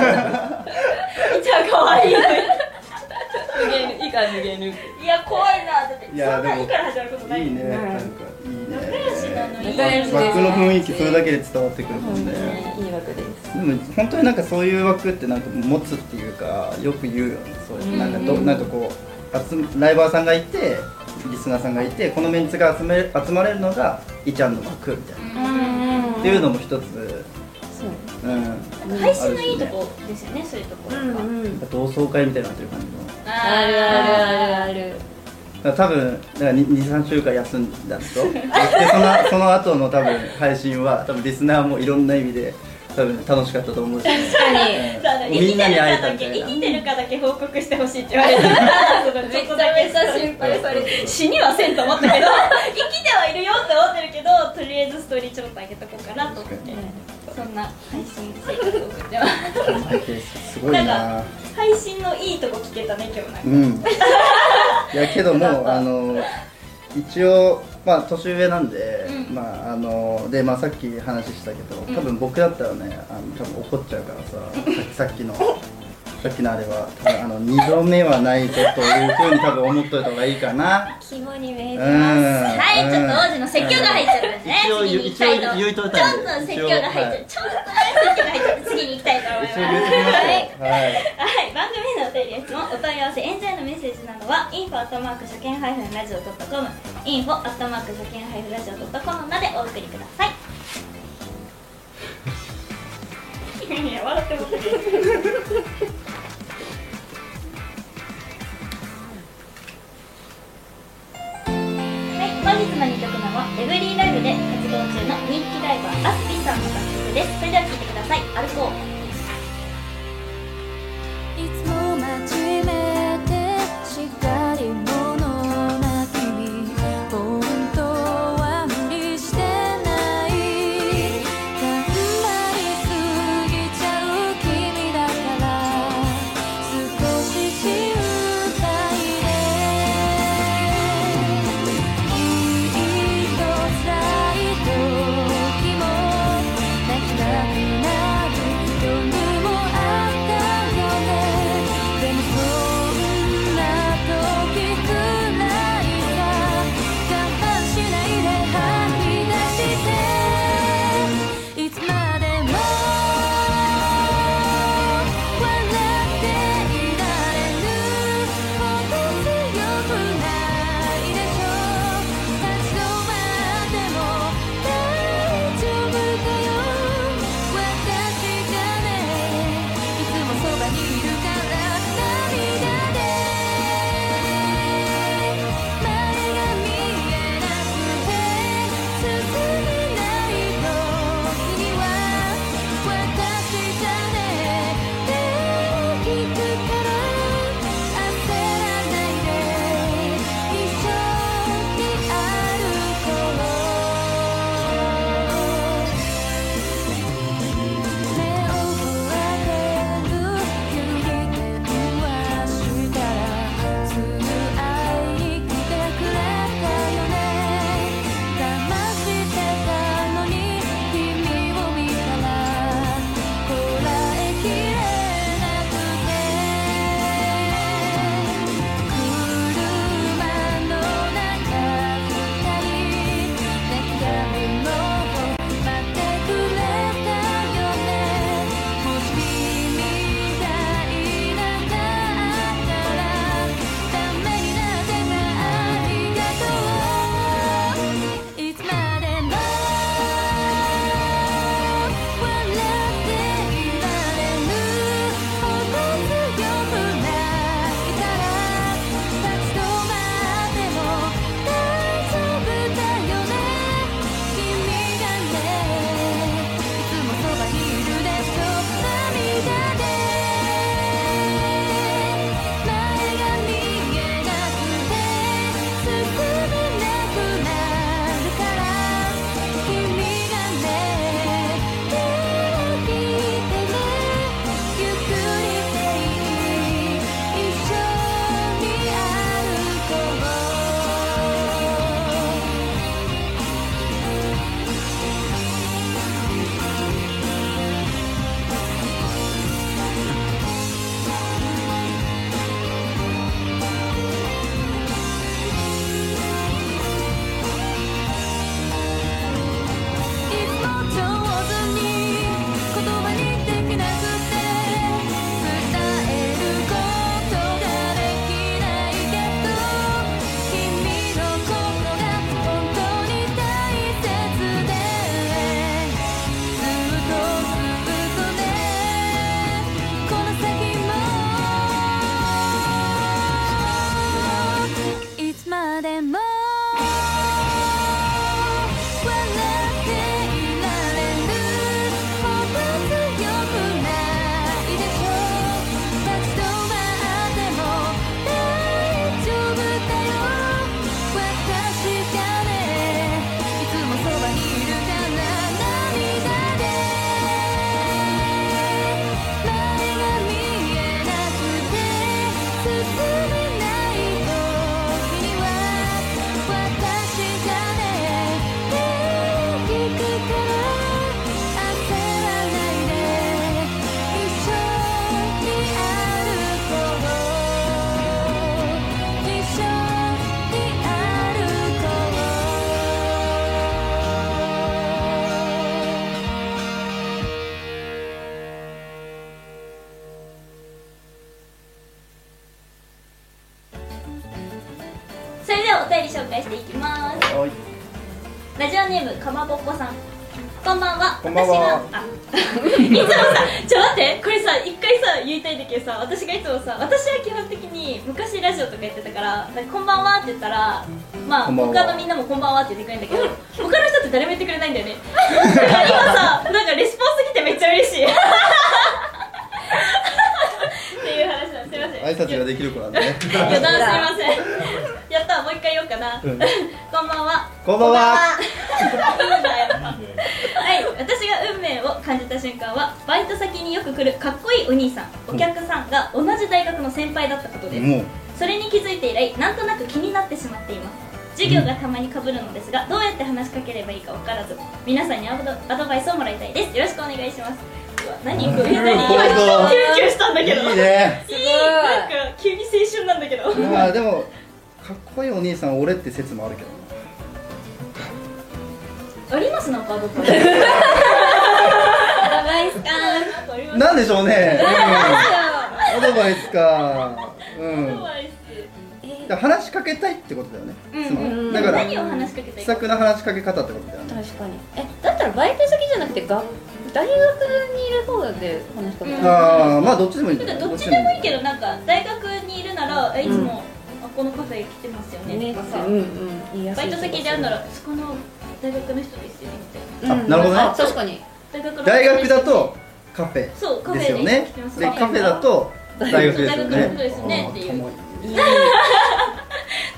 A: ん可愛い
E: すいいから無限ルー
A: いや怖いなだってそん
B: いや
A: ないい
B: でも
A: から始まることない
B: いいね、
A: よ
B: なんかいいね。
A: 仲良しなのいいね
E: 仲良し
B: 枠の雰囲気それだけで伝わってくるもんね。
E: プいい枠です
B: でも本当になんかそういう枠ってなんか持つっていうかよく言うよね。そういうなんかどなんかこう集めライバーさんがいてリスナーさんがいてこのメンツが集め集まれるのがイちゃんの枠みたいな、っていうのも一つ、
E: そう
B: うん、
A: なんか配信のいいとこですよねそういうところが
E: ん
B: 同窓会みたいになってる感じの。
E: あるあるあるある
B: だから多分だから23週間休んだんでしょでそのその後の多分配信は多分リスナーもいろんな意味で多分楽しかったと思うし
E: 確かに
A: そうだね
B: うんみんなに会えた
A: 生き
B: み
A: て
B: た
A: るかだけ生
B: いな
A: きてるかだけ報告してほしいって言われた
E: めちゃめちゃ心配されて
A: 死にはせんと思ったけど生きてはいるよって思ってるけどとりあえずストーリーちょっと上げとこうかなと思ってそんな配信生活を送ってます
B: すごいな
A: なんか配信のいいとこ聞けたね今日なんか
B: うんいやけ どもあの一応まあ年上なんで、
A: うん
B: まああのでまあさっき話したけど多分僕だったらねあの多分怒っちゃうからささっきさっきのさっきのあれは多分あの二度目はないぞというふうに多分思っといた方がいいかな
E: 肝に銘
B: う
E: じ
B: ん
E: ます
A: はい、ちょっと王子の説教が入っちゃったんでね。
B: 一応
A: 次に行きたいと。
B: 一応言うとい
A: ちょ
B: たん
A: っ
B: で
A: と説教が入っちゃった。ちょっと説教が入っちゃった。次に行きたいと思います。
B: 一応言ってきましたよは
A: はい、
B: い
A: 番組へのお便りや質問、お問い合わせ、演者へのメッセージなどは、info アットマーク初見ハイフンラジオドットコム、info アットマーク初見ハイフンラジオドットコムまでお送りください。いや、笑ってもらって。はい、本日の2曲目はエブリーライブで活動中の人気ライバーアスピーさんの楽曲ですそれでは聴いてください歩こう
C: いつも真面目でしっかり者な君本当は無理してない頑張りすぎちゃう君だから少し笑っていられる心強くなれるないでしょ立ち止まっても大丈夫だよ私がねいつもそばにいるから涙で前が見えなくて進めない時には私がねできくから焦らないで一緒に歩こう一緒に歩こう
A: それではお便り紹介していきます
B: はい
A: ラジオネームかまぼっこさんこんばんは
B: こんばんは
A: 私があ いつもさちょ待ってこれさ一回さ言いたいんだけどさ私がいつもさ私は基本的に昔ラジオとかやってたからなんかこんばんはって言ったらまあ
B: こんばんは
A: 他のみんなもこんばんはって言ってくれるんだけど、他の人って誰も言ってくれないんだよねだから今さなんかレスポンス来てめっちゃ嬉しい っていう話だすいません
B: 挨拶ができる子な んでね
A: 余談すいませんやったもう一回言おうかな、
B: うん
A: こんばんは
B: こんばんは
A: はい、私が運命を感じた瞬間はバイト先によく来るかっこいいお兄さんお客さんが同じ大学の先輩だったことです、
B: もう
A: それに気づいて以来なんとなく気になってしまっています授業がたまにかぶるのですがどうやって話しかければいいか分からず皆さんにアドアドバイスをもらいたいですよろしくお願いしますうわ何これ
B: なる
A: 何
B: ほ
A: 今
B: ど
A: ちょっとキュンキュンしたんだけど
B: いいね
A: いいなんか急に青春なんだけど
B: まあでもかっこいいお兄さん俺って説もあるけどな
A: ありますなんかアドバイスアドバイスかあります
B: なんでしょうね、うん、アドバイスか、うん、
A: アドバイス
B: だから話しかけたいってことだよね、つまり
E: うん
B: だから
A: 何を話しかけたい
B: 気
A: か
B: さくな話しかけ方ってことだよね
E: 確かにえだったらバイト先じゃなくてが大学にいる方で話しかけ
A: う
E: た
A: ん
E: ら
B: ああまあどっちでもいいん
A: だ
B: だ
A: か
B: よ
A: ら
B: ね
A: どっちでもいいけ
B: ど
A: どなんか大学にいるならえいつも、あこのカフェ来てますよね
E: ね
A: とかさ、
E: うんうん言いやす
A: バ
E: い
A: イト先で会うな
E: ら
A: らそこの大学の人ですよねみ
B: あなるほどね
E: 確かに
A: たいな大学の
B: 大学だとカフェ
A: そうカフェ
B: で
A: です
B: よね
A: 来てます
B: でカフェだと大学ですよ
A: 大
B: ね
A: 学ですよねっていう
B: あー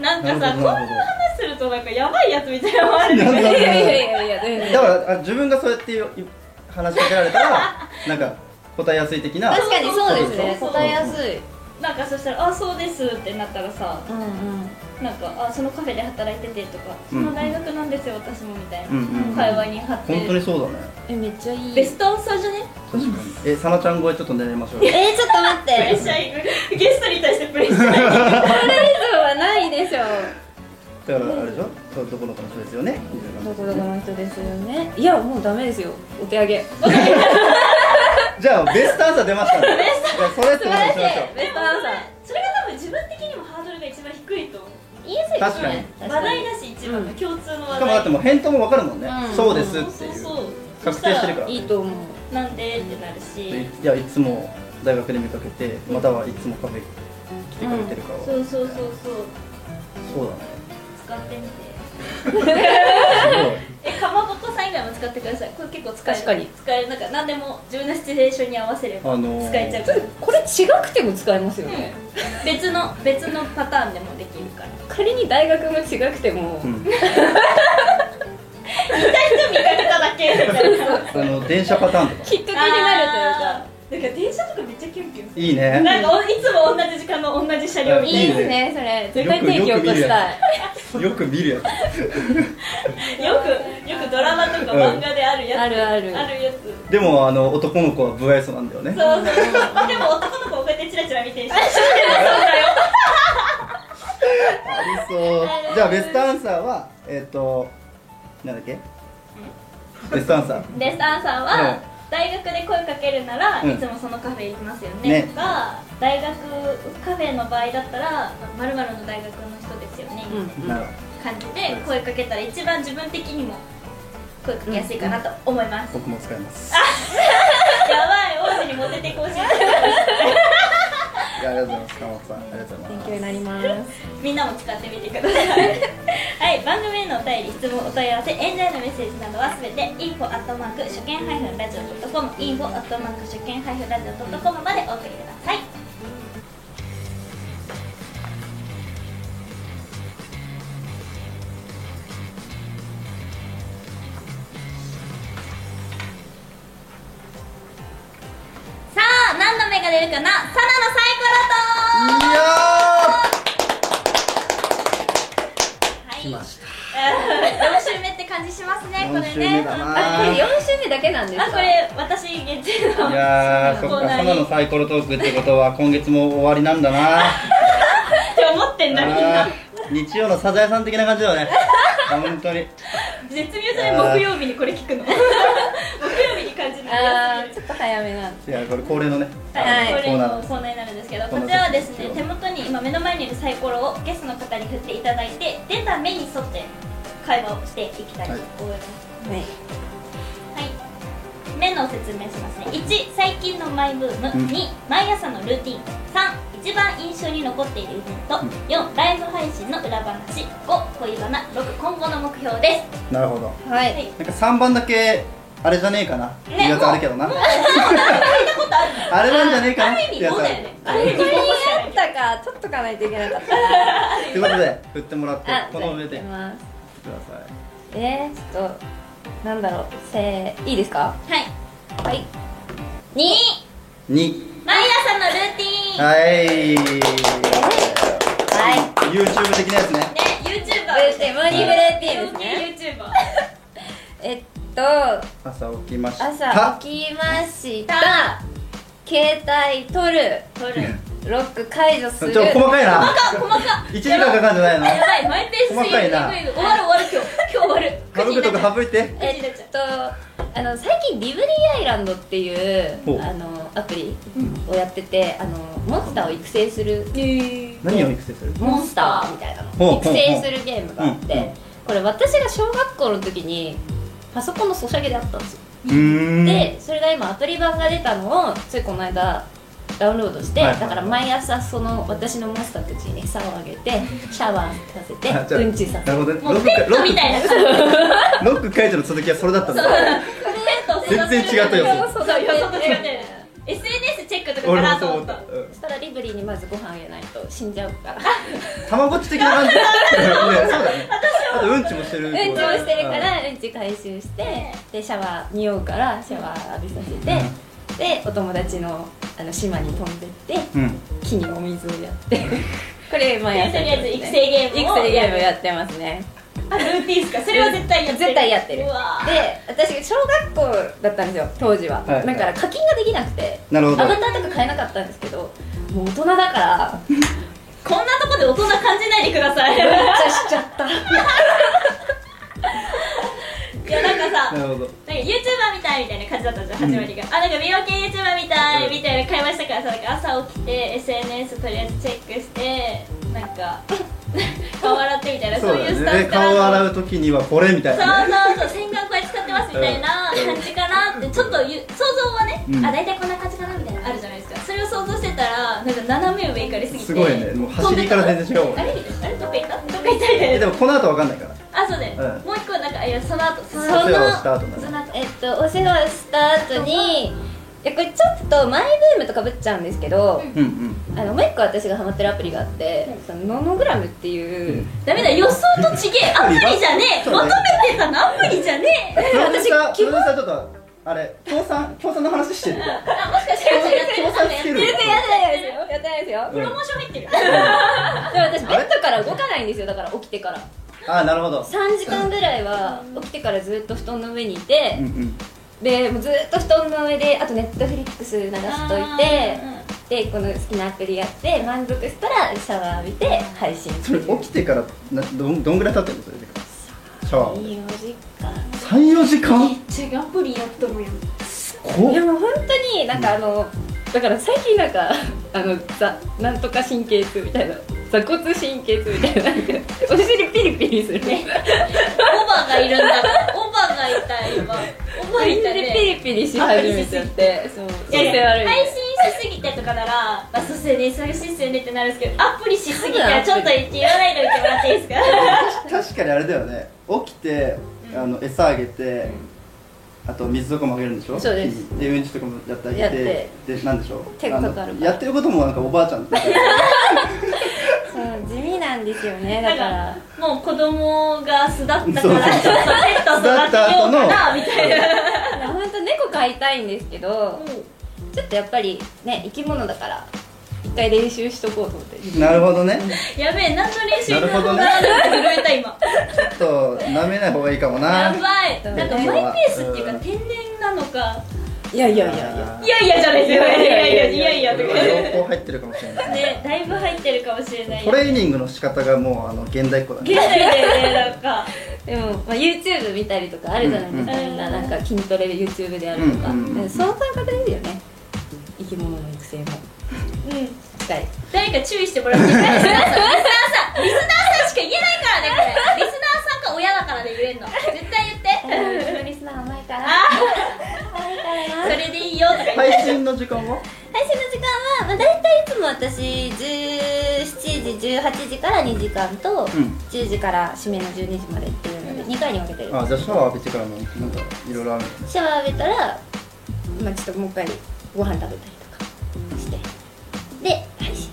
A: なんかさ
B: な
A: こん
B: るほど
A: な
B: なるほど
A: 話するとなんかやばいやつみたいなのもあるよ
B: い
A: ね
B: やいや
E: い
B: いや
E: やいや
B: い
E: い
B: と
E: やいや全然
B: だからあ自分がそうやってよい話しかけられたらなんか答えやすい的な
E: 確かにそうですね
A: そうそうそう
E: 答えやすい
A: なんかそしたら「あそうです」ってなったらさ
E: うんうん
A: なんか「あそのカフェで働いてて」とか「その大学なんですよ私も」みたいな、
B: うんうん
A: 会話に発
B: 本当に
A: 展
B: そうだね
E: えめっちゃいい
A: ベストアンサーじゃね
B: 確かにえさなちゃん超えちょっと寝れましょうよ
E: えー、ちょっと待っ
A: プレッ
E: て
A: シャーゲストに対してプレッシ ャー
E: リズムはないでしょ
B: だからあれでしょそうどこのこの人ですよねみたいな
E: どこどこの人ですよねいやもうダメですよお手上げ
B: じゃあベストアンサー出ましたねじゃあそれってことにしましょ
E: ベストアンサー
A: それが多分自分的にもハードルが一番低いと思う
E: 言いやすい
B: 確かに
A: 話題だし一番の
E: うん
A: 共通の
B: う
A: 話
B: しかもだって
A: 題
B: もう返答も分かるもんね、
E: うん
B: そうです
A: そう
B: って
A: そ
B: いうう
A: そう
B: 確定してるから
E: いいと思う
A: なんでってなるし
B: いやいつも大学で見かけてまたはいつもカフェ来てくれてるから、
A: そ
B: そう
A: うそうそうそう
B: だね
A: 使ってみて
B: すごい
A: えかまぼこさん以外も使ってくださいこれ結構使える
E: 確かに
A: 使えるなんか何でも自分のシチュエーションに合わせれば
B: あのー
A: 使えちゃうから、
E: これ違くても使えますよね、
A: うん別の別のパターンでもできる から
E: 仮に大学も違くても、
B: うん
A: で見かけただけみたいな
B: あの電車パターンとか
E: きっかけ
A: 気に
E: に
A: な
E: な
A: る
E: る
A: というかなんか電車とかめっちゃキュンキュンす
B: いい
A: る
B: ね
A: なんかおいつも同じ時間の同じ車両
E: と
A: み
E: いう
A: た
E: か
A: い
E: いい
A: な
E: ですねそれ絶対定期起こしたい
B: よく見るやつ
A: よくよくドラマとか漫画であるやつ、
E: あるある
A: あるやつ
B: でもあの男の子は不愛想なんだよね
A: そうそうでも男の子をこうやってチラチラ見てるし
B: ありそうじゃあベストアンサーはえっ、となんだっけベストアンサー
A: でサンさん
B: うん
A: は大学で声かけるなら、
B: うん
A: いつもそのカフェ行きますよね
B: ね
A: とか大学カフェの場合だったらまるの大学の人ですよね、みたい
B: な
A: な
B: る
A: 感じで声かけたら一番自分的にも声かけやすいかなと思い ます、
B: 僕も使います
A: やばい王子にモテて更新
B: いやありがとうございます鎌本さんありがとうございます
E: 勉強になります
A: みんなも使ってみてくださいはいで番組へのお便り質問お問い合わせ演者へのメッセージなどはすべて info アットマーク初見 -radio.com info アットマーク初見 -radio.com までお送りくださいさあ何の目が出るかなサナのサイコロとはい
B: 来ました
A: 4週目って感じしますねこ
B: 4
A: れ
B: 週
A: ね
B: 目だな
E: あ、これ4週目だけなんですか
A: あこれ私限定の
B: いやーそっ
A: コー
B: か
A: ナ
B: サ
A: ー
B: ナ
A: に
B: の
A: っ
B: サイコロトークってことは今月も終わりなんだな
A: て思ってんだみんな
B: あー日曜のサザエさん的な感じだよ ね本当に
A: 絶妙じゃない木曜日にこれ聞くの木曜日に感じる
E: あ
A: は
E: ーちょっと早めなん
B: いやこれ恒例のね、
A: い、
E: は
A: こ
B: コ
E: い
A: れ
B: ーナ
A: の
B: ー
A: コーナーになるんですけど
B: コ
A: こ
B: ーナー
A: ちらはですね
B: です
A: 手元に今目の前にいるサイコロをゲストの方に振っていただいて出た目に沿って会話をしていきたいと思います、
E: はい
A: はい、目の説明しますね1最近のマイブーム、
B: うん
A: 2毎朝のルーティン3一番印象に残っているイベント、
B: うん
A: 4ライブ配信の裏話5恋バナ6今後の目標です
B: なるほど
E: は
A: はい
E: い
B: なんか3番だけあれじゃねえかな言い方あるけどな あれなんじゃねえかな
A: あ
B: っ
A: る
B: て
A: 意味
B: やつ
A: 5
B: あ
A: だよ
B: る
A: ねある意味5
E: あったか取っとかないといけなかった な
B: ということで振ってもらって
E: あ
B: この上
E: じ
B: で
E: ゃあ
B: 振
E: 行き
B: っ
E: ます
B: てください
E: えー、ちょっとなんだろうせーいいですか
A: はい
E: はい
A: 2
B: 2
A: 毎朝のルーティン
B: はい
E: はい
B: YouTube 的なやつね
A: ね YouTuber
E: ブーティーモーニングルーティンですね
A: ね YouTuber
E: えっと
B: 朝起きました
E: 朝起きました携帯取る
A: 取る
E: ロック解除す
B: ちょっ
E: る
B: と 細かいな
A: 細か
B: 1時間かかるんじゃないの
A: やばいマイペースすぎる
B: 細かいな
A: 終わる終わる今日今日終わる
B: 省くとこ省いて
E: えっとあの最近リブリーアイランドっていう
B: ほう
E: あのアプリをやっててあのモンスターを育成する
B: 何を育成する
E: モンスターみたいな
B: ほう
E: の育成するゲームがあっ
B: うんう
E: てこれ私が小学校の時にパソコンのソシャゲであったんですよ
B: うーん
E: でそれが今アプリ版が出たのをついこの間ダウンロードして、
B: はいはいはい
E: だから毎朝その私のモンスターたちに餌をあげてシャワーさせ
B: あじゃあ
E: てうんちさせ
B: な
E: て
B: るほどね
A: もうペットみたいな感じ
B: ロック解除の続きはそれだったんだ全然違ったよ
A: そう そう予測違ってる SNS チェックとかか
B: 俺
A: な
B: も
A: と
B: そう
A: 思
B: 思
A: っ
B: ったたうん
E: そしたらリブリーにまずご飯あげないと死んじゃう から
B: たまごっち的な感じねそうだねあとうんちもしてるっ
E: うんち
B: て
E: を
B: ことだね
E: してるからうんち回収してでシャワー匂うからシャワー浴びさせて、でお友達のあの島に飛んでって
B: うん
E: 木にお水をやって これ毎
A: と
E: 朝
A: りあえず育成ゲームを
E: 育成ゲームやってますね
A: あルーティンっすかそれは絶対やってる
E: 絶対やってる
A: うわー
E: で私小学校だったんですよ当時は、
B: はい
E: だから課金ができなくて
B: なるほど
E: アバターとか買えなかったんですけどもう大人だからめっ
A: こんなとこで大人感じないでくだ さいい
E: ちゃしちゃった
A: やなんかさ
B: なるほど
A: なんか YouTuber みたいみたいな感じだったじゃん始まりが、あなんか美容系 YouTuber みたいみたいな会話したからさなんか朝起きて SNS とりあえずチェックしてなん か顔洗ってみたいなそう,、
B: そう
A: いうス
B: だ
A: タン
B: ね
A: ス
B: で
A: か
B: 顔を
A: な
B: 洗う時にはこれみたい
A: そう
B: なね
A: そうそう洗顔これ使ってますみたいな感じかなってちょっとゆ想像はね、
B: うん
A: あ大体こんな感じかなみたいなのあるじゃないですかそれを想像してたらなんか斜め上行かれすぎて
B: すごいねもう走りから全然違うもん
A: あれあれどっか行ったどっか行ったみた
B: え
A: い
B: で
A: な
B: もこの後わかんないから
A: あそうね、
B: うん
A: もう一個なんかいやその後その
B: お世話をした後だね
A: その後
E: えっとお世話した後にいやこれちょっとマイブームとかぶっちゃうんですけど、
B: うんうん
E: あのもう一個私がハマってるアプリがあって、そのノノグラムってい
B: う
E: う、
B: ん
A: ダメだ予想とちげえアプリじゃねえ
B: そ
A: 求
B: うね
A: めてたのアプリじゃねえ
B: プロデューサー
E: 私
B: プロデューサーちょっとあれ協賛協賛の話してる
A: あもしかして
B: 協賛つける
E: 全然やってないですよやってないですよ、
B: うん
A: プロモーション入ってる
E: でも私ベッドから動かないんですよだから起きてから
B: あなるほど
E: 3時間ぐらいは起きてからずっと布団の上にいて、
B: うんうん
E: でもうずっと布団の上であとネットフリックス流しといてでこの好きなアプリやって満足したらシャワー浴びて配信
B: それ起きてからなどんどんぐらい経ってるのそれでシャワー
E: 4時間
B: 34時間
A: めっちゃアプリやったもんや
B: 怖っ
E: いやもう本当になんかあのだから最近なんか あのザなんとか神経痛みたいな座骨神経痛みたいななんかお尻ピリピリするね
A: オバがいるんだオバがいた今オ
E: お
A: バい
E: 尻
A: たね
E: ピリピリし始めちゃってそう
A: いやいや
E: 姿勢悪い
A: 配信しすぎてとかなら、まあ、そうっすよね忙しいっすよねってなるんですけどアプリしすぎてはちょっと言わないでおいてもらっていいですか
B: 確かにあれだよね起きてあの餌あげて、あと水とかもあげるんでしょ
E: そうです
B: 木にでうんちとかもやってあげ
E: やって
B: でなんでしょう
E: 手がかかる
B: あ
E: か
B: の
E: ら
B: やってることもなんかおばあちゃんみたいな
E: そう地味なんですよね
A: な
E: だ
A: ん
E: から
A: かもう子供が巣立ったからちょっとペット
B: そうそう
A: 育てようかなみたいな
E: 本当猫飼いたいんですけど
A: う
E: ちょっとやっぱりね生き物だから一回練習しとこうと思って
B: なるほどね
A: んやべえ何の練習になるのか
B: な
A: なって震えた今
B: ちょっと舐めない方がいいかもな
A: やばいなんかマイペースっていう
B: う
A: か
B: ん
A: 天然なのか
E: いやいやいやいや
B: あ
A: いやいやじゃないですよいやいやいやいや
B: ー
A: いやとか
B: こ れは情報入ってるかもしれない
A: ねだいぶ入ってるかもしれない
B: トレーニングの仕方がもうあの現代っ子だ
A: 現
B: ね
A: 代だよねなんか
E: でも、まあ、YouTube 見たりとかあるじゃないですか、
A: うんうん
E: みんななんか筋トレ YouTube であるとか、
B: うんうんうん
E: でその感覚ですよね生き物の育成も
A: うん
E: 近い
A: 誰か注意してもらってい いリスナーさんリスナーさんしか言えないからねこれリスナーさんか親だからで言えんの絶対言って
E: ちのリスナー甘いから甘いか
A: そ
E: ら
A: れでいいよとか言って
B: 配信の時間は
E: 配信の時間は、まあ、大体いつも私17時18時から2時間と、
B: ん
E: 10時から締めの12時までっていうので2回に分けてる
B: あじゃあシャワー浴びてからもなんかいろいろある
E: シャワー浴びたら、まあ、ちょっともう一回ご飯食べたりとかしてで配信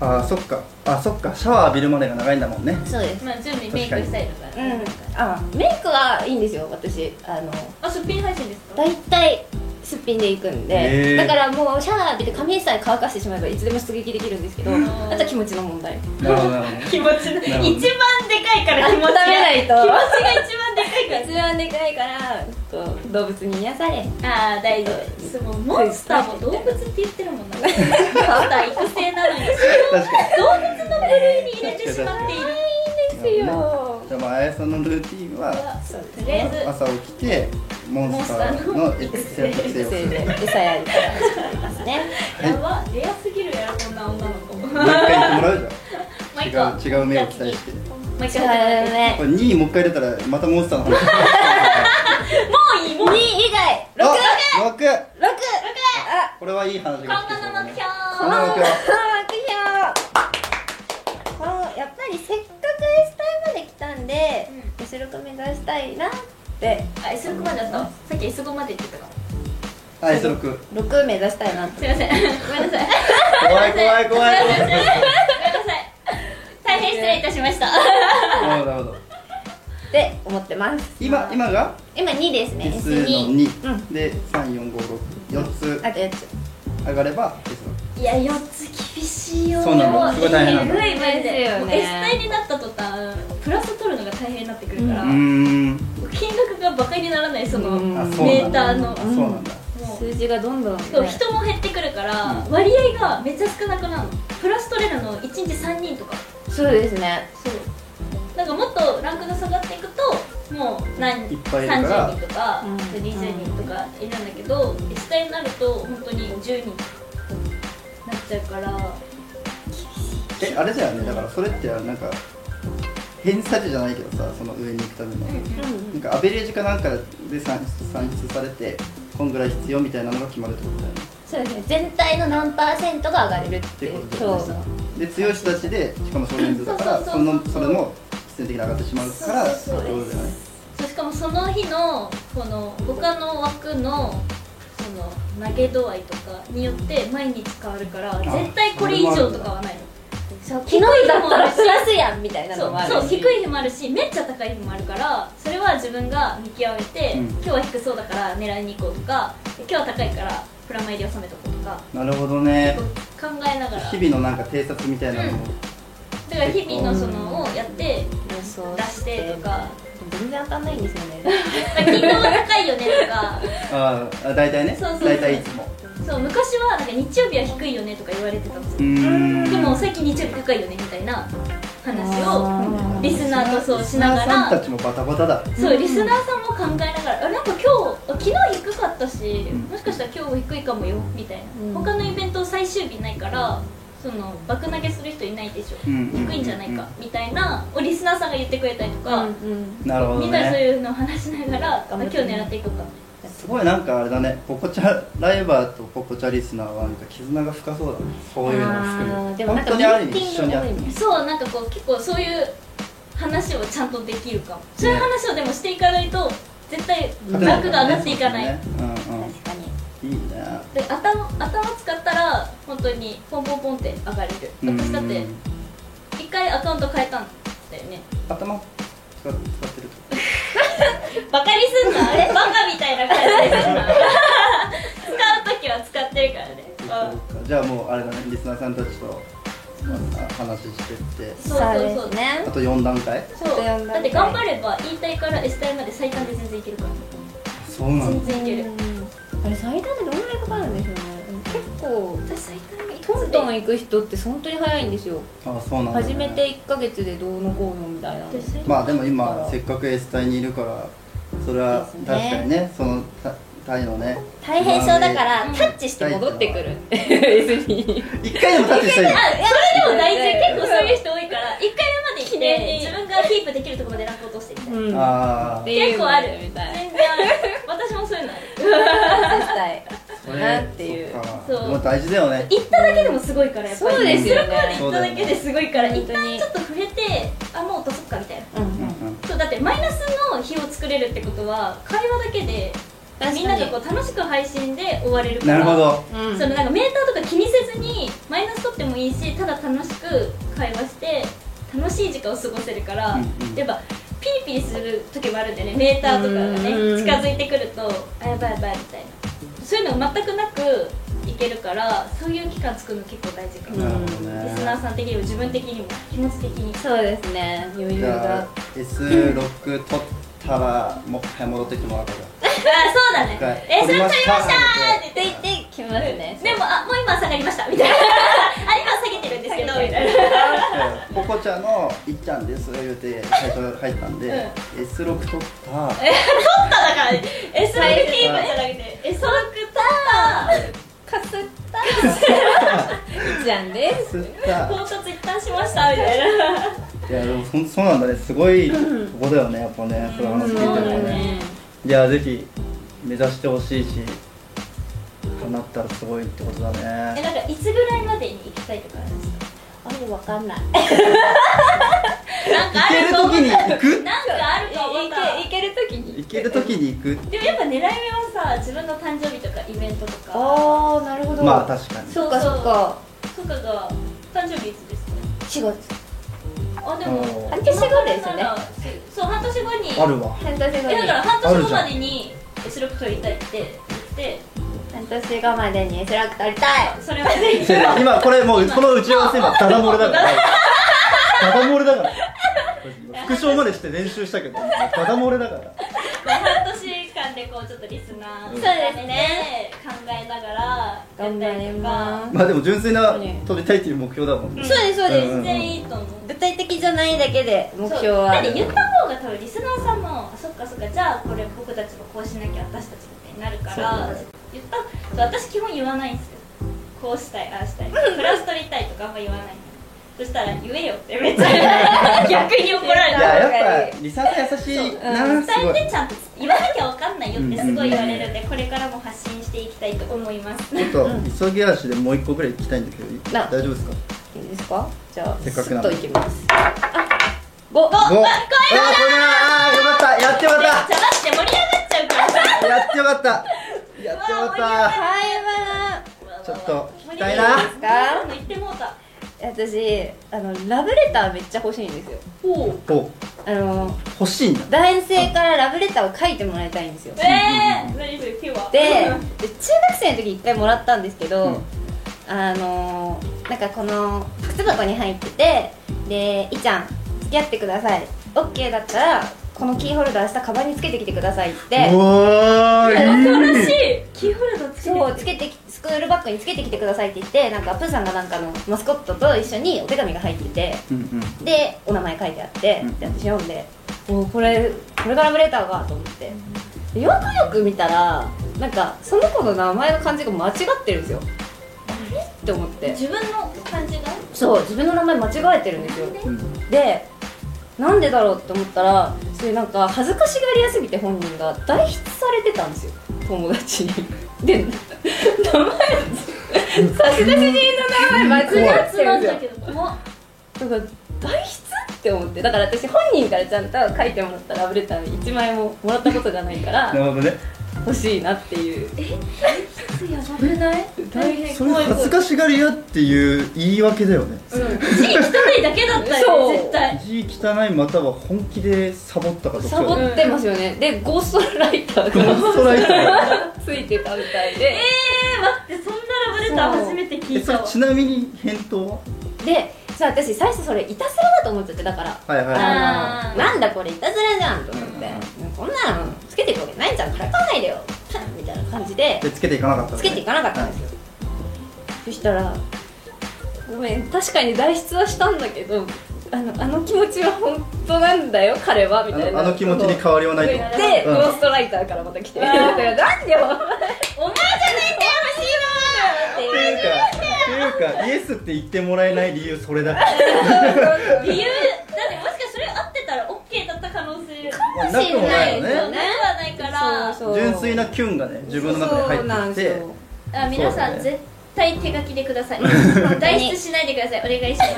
B: あそっかあそっかシャワー浴びるまでが長いんだもんね
E: そうです
A: まあ準備メイクしたりとか
E: うん、あメイクはいいんですよ私あの
A: あすっぴん配信ですか
E: 大体すっぴんでいくん
B: へ
E: で
B: ー
E: だからもうシャワー浴びて髪さえ乾かしてしまえばいつでも出撃できるんですけど
A: ん
E: あとは気持ちの問題
B: なるほどなるほど
A: 気持ちの一番でかいから気持ち
E: 温め
A: が
E: ない
A: 気持
E: と
A: ちが一番でかいから
E: 一番でかいからこう動物に癒され
A: ああ大丈夫ですもうモンスターも動物って言ってるもんなモンスター育成なのに
B: 確かに
A: 動物の部類に入れてしまっている
E: ですよ
B: じゃあまああやさんのルーティンは
E: そうです
A: とりあえず
B: 朝起きてモンスターの育成をす
E: 育成
B: る
E: で餌 やりからしてますね
A: やばレアすぎるやろこんな女の子
B: もう一回言ってもらうじゃん
A: も
B: 違う違う目を期待して
A: う一
E: 違う
A: 回
E: ね
B: これ2位もう一回出たらまたモンスターの話
A: もういいもう
E: 2
A: いい
E: 以外
B: 6 6
E: 6あ
B: これはいい話が
A: 今
B: 来てそう
A: 後
B: だ
A: の目
B: ね
A: 標
E: この
B: 今後の目標
E: このやっぱりせっかく S タイまで来たんで、後ろ後ろ目指したいなって
A: あ S6 までだったさっき S5 まで言ってたか
B: はい S6
E: 6目指したいなって
A: すいませんごめんなさい
B: 怖い怖い怖い
A: ごめんなさい大変失礼いたしました
B: なるほどなるほど
E: って思ってます
B: 今今が
E: 今2ですね
B: S の
E: S2
B: 2で34564つ
E: あと4つ
B: 上がれば S の
A: いや4つ厳しいよ
B: そうなのすごい大変なんだ
A: すごいマジ
E: で
A: です
E: よね
A: もう S 体になった途端プラス取るのが大変になってくるから、
B: うーん
A: 金額がバカにならないその、
E: うん
B: あそうなんだ
A: メーターの
B: あそうなんだ
A: もう
E: 数字がどんどん、ね、
A: そう人も減ってくるから、
B: うん
A: 割合がめっちゃ少なくなるのプラス取れるの1日3人とか
E: そうですね
A: そうなんかもっとランクが下がっていくともう何
B: いっぱいいるから
A: 30人とか、
E: うん
A: 20人とかいるんだけど、S 体になると本当に10人なっちゃうから
B: えあれだよねだからそれってなんか偏差値じゃないけどさその上に行くためのなんかアベレージかなんかで算出算出されてこんぐらい必要みたいなのが決まるってことだよね
E: そうですね全体の何パーセントが上がれるっ
B: ってて
E: い
B: こ
E: う
B: とだ
E: そ
B: よ
E: う
B: ねで強い人たちでしかも少人数だから
A: そ
B: そう
A: そうそう
B: の
A: そう
B: それも必然的に上がってしまうから
A: そうそうそう
B: ってことだよね
A: そうしかもその日のこの他の枠のその投げ度合いとかによって毎日変わるから絶対これ以上とかはないのそう
E: 昨日だったらプラスやんみたいなのもあるし
A: そうそう低い日もあるしめっちゃ高い日もあるからそれは自分が見極めて、
B: うん
A: 今日は低そうだから狙いに行こうとか今日は高いからプラマイで収めとこうとか
B: なるほどね
A: こう考えながら
B: 日々のなんか偵察みたいなのも
A: だから日々のそのをやって
E: 予想
A: 出してとか
E: 全然当たんないんですよね
A: だから昨日は高いよねとか
B: ああ大体ね
A: そうそうそう
B: 大体いつも
A: そう昔はなんか日曜日は低いよねとか言われてたんです
B: う
A: よ
B: ーん
A: でも最近日曜日高いよねみたいな話を
E: あー
A: リスナーとそうしなが
B: リスナーさん
A: ら
B: たちもバタバタだ
A: そうリスナーさんも考えながらあなんか今日あ昨日低かったし
B: ん
A: もしかしたら今日低いかもよみたいな、
E: うん
A: 他のイベント最終日ないからその爆投げする人いないでしょ、
B: うん
A: 低いんじゃないかみたいなをリスナーさんが言ってくれたりとか、
E: うんうん
B: なるほど
A: みんなでそう
B: ね
A: いうのを話しながら、あ今日狙っていこうか
B: すごいなんかあれだねポコチャライバーとポコチャリスナーはなんか絆が深そうだねそういうのを含
E: あ
B: め
E: ー
B: て
E: でもな
B: 本当
E: んかミ
B: にある
E: ー
B: 意
E: テ
B: 味
E: ィン
B: 一
E: グ
B: 緒に
E: が
B: や
E: 多
B: って
E: いみたい
A: そうなんかこう結構そういう話をちゃんとできるかもそういう話をでもしていかないと絶対
B: 勝てない
A: 額が上がっていかない、
B: ねうん
E: な
B: う
E: 確かに
B: んいいね
A: で頭頭使ったら本当にポンポンポンって上がれる私だっ
B: う
A: て
B: ん
A: 一回アカウント変えたんだよね
B: 頭使ってると
A: バカにすんなあれバカみたいな感じです 使う時は使ってるからねうん
B: そうかじゃあもうあれだねリスナーさんたちと、まあ話してって
A: そうそ
E: そう
A: う
E: で
A: そう
E: すね
B: あと4段階
A: そうだって頑張れば E 体から S 体まで最短で全然いけるから
B: そうな
A: 全
B: んだ
A: 然いける
E: うんあれ最短でどんぐらいかかるんでしょうね結構
A: 私最短で
E: トントン行く人って本当に早いんですよ
B: あそうなんだ、ね、
E: 初めて1ヶ月でどうのこうのみたいな
A: 私最短
B: まあでも今せっかく S 隊にいるからそれは確かにねそのたタイのね
E: 大変そうだから
A: うん
E: タッチして戻っ てくる S に
B: 一回でもタッチしたい よ
A: あそれでも大事結構そういう
E: 人
A: 人多いから一回目まで来
E: 綺麗
A: て
E: に
A: 自分がキープできるところまでランク落としてみたいな
E: うん
B: ああ
E: で
A: 結構ある
E: み
A: 全然
E: たいな
A: ある私もそういうのある
E: 絶対なっていう
B: そっか
A: そう
B: でも大事だよね
A: 行っただけでもすごいからやっぱり
E: そうですよね
A: 行っただけですごいから
E: そう
A: 一
E: だよ
A: 旦
E: ね
A: ちょっと触れてあもう落とそっかみたいな
E: うんうん
B: うんうん
A: そうだってマイナスの日を作れるってことは会話だけで
E: 確かに
A: みんながこう楽しく配信で終われるから
B: なるほど
A: そのなんかメーターとか気にせずにマイナス取ってもいいしただ楽しく会話して楽しい時間を過ごせるから、
B: うんうん
A: やっぱピリピリする時もあるんだよねメーターとかがね
E: うんうん
A: 近づいてくるとあやばいやばいみたいなそういうのが全くなくいけるからそういう期間作るの結構大事かも、
E: うん
B: なるほど
A: リスナー
B: ね
A: さん的にも自分的にも気持ち的に
E: そうですね余裕
B: じゃ
E: が
B: あ S6 取ったらもう一回戻ってきもらう か
A: あそうだね
B: はい
A: えそれ取りましたーって
E: って
A: 言
E: 言
A: っ
E: っててきますね
A: でもあもう今下がりましたみた いなあ今下げてるんですけどみたいな
B: らそうポコちゃんのいっちゃんです言うて最初入ったんで S6 取った
A: だから、え、それキープじゃなくて、え、そのくた
E: かすったいちゃんです
B: 吸った
A: ー、唐突一旦しましたみたいな。
B: いやでもそそうなんだねすごいここだよねやっぱねそういう話聞いて
A: そうだ
B: るとね
A: ね
B: いやぜひ目指してほしいし叶ったらすごいってことだ
A: え、
B: ね
A: なんか、いつぐらいまでに行きたいとかあるんですか。
E: あれわかんない
A: なんか
B: 行
A: あ
B: け
A: る
B: る
A: と思っ
B: 時に
A: た。
B: 行く
A: なんかある
E: い
A: と思った。
E: いけいけるときに
B: 行ける時に行く
A: でもやっぱ狙い目はさ、自分の誕生日とかイベントとか。
E: ああなるほど
B: まあ確かに
E: そっかそっか
A: とかが、誕生日いつですか。
E: 4月
A: あ、で
B: お
A: も。
B: ー
E: 半年後です
A: な
E: ね
A: ら。そう、半年後に。
B: あるわ
E: 半年後
A: え、だ
E: に
A: から、半年後までに、S 力取りたいって言って。
E: 半年後までにスラック取りたい
A: それまでに。
B: せや今これもうこの打ち合わせ今ダダ漏れだからダダ漏れだから復唱までして練習したけどダダ漏れだから
A: まあ半年間でこうちょっとリスナー
B: うん
A: そうですね考えながらやったりとか
B: まあでも純粋な取りたいっていう目標だもんね
E: そうですそうです
B: ん
A: 全然いいと思う
E: 具体的じゃないだけで目標
A: そうだ
E: は
A: って言った方が多分リスナーさんもそっかそっかじゃあこれ僕たちもこうしなきゃ私たちみたいになるか
B: そう
A: ら
B: だね
A: 言ったそう私基本言わないんですよこうしたいああしたいプラス取りたいとかあんま言わないそしたら言えよってめっちゃ逆に怒られ
B: い
A: た
B: ややっぱリサさん優しいなす
A: 伝
B: ご
A: え
B: い
A: てちゃんと言わなきゃ分かんないよってすごい言われるんでこれからも発信していきたいと思います
B: ちょっと急ぎ足でもう一個ぐらい行きたいんだけど
E: な
B: 大丈夫ですか
E: いいですかじゃあ
B: せっかく
E: ス
B: な
E: ッ
B: んで
E: といきます5
B: おあごめんあーよかったやってよかっ
A: じゃあだって盛り上がっちゃうからさ
B: たやってよかったやってよか
E: はい
B: ったちょっと聞きた
A: 盛り上
B: い
A: が
B: な
A: っちゃうもう言ってもうた
E: 私あのラブレターめっちゃ欲しいんですよ
A: お
B: お
E: あの
B: 欲しいんだ
E: 男性からラブレターを書いてもらいたいんですよで
A: えー、何それ手は
E: で中学生の時一回もらったんですけど、
B: うん
E: あのーなんかこの靴箱に入っててで「いちゃん付き合ってください OK だったらこのキーホルダー明日カバンにつけてきてください」って
B: お
A: 恐ろ
B: ー
A: しいキーホルダーつけ
E: そう
A: て
E: つけてきスクールバッグにつけてきてくださいって言ってなんかプーさんがなんかのマスコットと一緒にお手紙が入ってて
B: うんうん
E: でお名前書いてあって、
B: うん
E: で私読んでおーこれこれがラブレターかと思ってでよくよく見たらなんかその子の名前の漢字が間違ってるんですよえって思って
A: 自分の感じが
E: そう自分の名前間違えてるんですよ
B: うん
E: でなんでだろうって思ったらそういうなんか恥ずかしがり屋すぎて本人が代筆されれてたんですよ友達にで名前差出人の名前間違って
A: つ
E: る
A: なんん
E: で
A: だ
E: すよ
A: けど怖っ
E: だから代筆って思ってだから私本人からちゃんと書いてもらったラブレター1枚ももらったことがないか
B: なる
E: ら
B: ほどね
E: 欲しいなっていう
A: いや危ない大変
B: それ恥ずかしがり屋っていう言い訳だよね
A: 字汚いだけだったよ
E: そう
A: ね絶対
B: 字汚いまたは本気でサボったかどっち
E: サ
B: か
E: ボ
B: だよ
E: ってますよねでゴーストライター
B: ゴー
E: が
B: ストライタ ー
E: ついてたみたいで
A: え待ってそんなラブレター初めて聞
B: え
A: い
B: そ
A: た
B: れ
A: わ
B: ちなみに返答は
E: でさ私最初それいたずらだと思っちゃってだから
B: はいはいは
A: あー
E: なんだこれいたずらじゃんと思って、こんなのつけていくわけないじゃんからかわないでよパンみたいな感じで
B: いでつけていかなかったのね
E: つけていかなかったんですよ、そしたら「ごめん確かに代筆はしたんだけどあのあの気持ちは本当なんだよ彼は」みたいな
B: あのあの気持ちに変わりはないと
E: 言って、
B: うん
E: ゴーストライターからまた来て「
A: うん
E: だからなんでよ
A: お前じゃねえか
B: っていうかっていうかイエスって言ってもらえない理由それだから
A: 欲しいわ理由だってもしかしてそれ合ってたら OK だった可能性
B: なくもないよ
A: な
B: ね
A: くはないから
E: そうそう
B: 純粋なキュンがね自分の中に入ってき
E: そう
B: て
E: なんですよ
A: あ皆さん、
B: そうだね
A: 絶対手書きでくだ さい代筆しないでくださいお願いします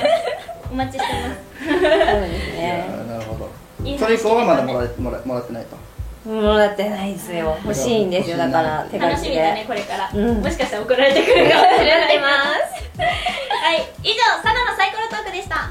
A: お待ちしてます
E: そうです
B: いや
E: ね
B: ーなるほど
A: いい話
B: それ以降はまだも
A: 聞
B: らえもらもらってないと
E: もらってないですよ欲しいんですよだから手
A: け
E: 書
A: たね楽
E: き
A: しみ
E: で
A: だねこれから、
E: うん
A: もしかしたら怒られてくるかもしれ
E: やっ
A: ない
E: てます
A: はい以上サナのサイコロトークでした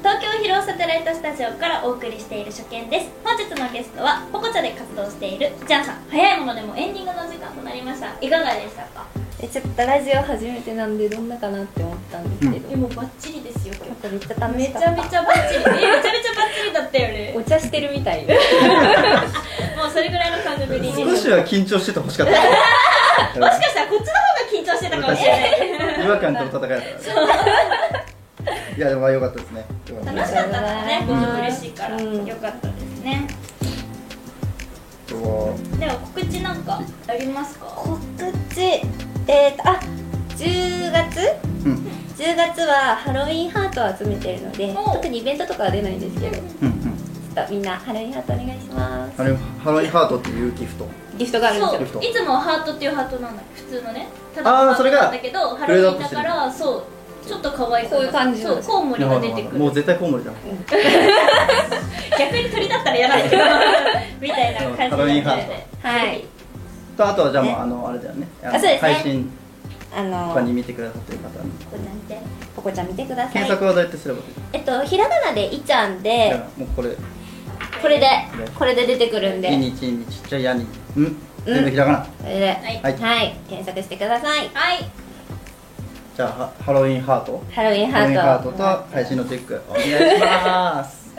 A: 東京広尾サテライトスタジオからお送りしている初見です本日のゲストはポコチャで活動しているジャンさん早いものでもエンディングの時間となりましたいかがでしたか
E: えちょっとラジオ初めてなんでどんなかなって思ったんですけど、
A: でもバッチリですよ今
E: なんかめっちゃ楽
A: め
E: し
A: ち
E: か
A: ゃ
E: っ
A: め
E: た
A: ちゃバッチリえめちゃめちゃバッチリだったよ ね
E: お茶してるみたい
A: もうそれぐらいの番組に
B: 少しは緊張しててほしかった
A: もしかしたらこっちの方が緊張してたかもしれない
B: 違和感との戦いだからねいやでもまあ良かったですね良かった
A: 楽しかったですね
E: う
A: こ
E: ん
A: の嬉しいから、
E: うん
A: よかったですね
B: そう
A: では告知なんかありますか
E: 告知えっ、とあ10月
B: うん
E: 10月はハロウィンハートを集めてるので
A: お
E: 特にイベントとかは出ないんですけどちょ
B: うんうん
E: っとみんなハロウィンハートお願いします
B: あれハロイハートっていうギフト
E: ギフトがあるんですよ
A: そういつもはハートっていうハートなんだ普通のねた
B: あー
A: のハート
B: それが
A: なんだけどハロウィンだからそうちょっと可愛い
E: こういう感じな
A: そう
E: んです
A: コウモリが出てくる
B: もう絶対コウモリだ
A: 逆に鳥だったら嫌だけど みたいな感じ
B: ハロウィンハー
E: トはい
B: とあとはじゃあもう
E: ね
B: あのあれだよねあの
E: あそうですね
B: 配信
E: あ
B: と
E: の
B: かに見てくださってる方に
E: ポコちゃん見てください
B: 検索はどうやってすればいい
E: えっとひらがなで「いちゃんで」
B: じゃあもうこれ
E: これで
B: これ
E: これで出てくるん
B: 「
E: で
B: いにちいにちっちゃいやに」うん全部ひらがな
E: これではいい、検索してください
A: はい
B: じゃあはハロウィンハート
E: ハロウィンハ
B: ハロウィンハー
E: ー
B: ト
E: ト
B: と配信のチェックお願いします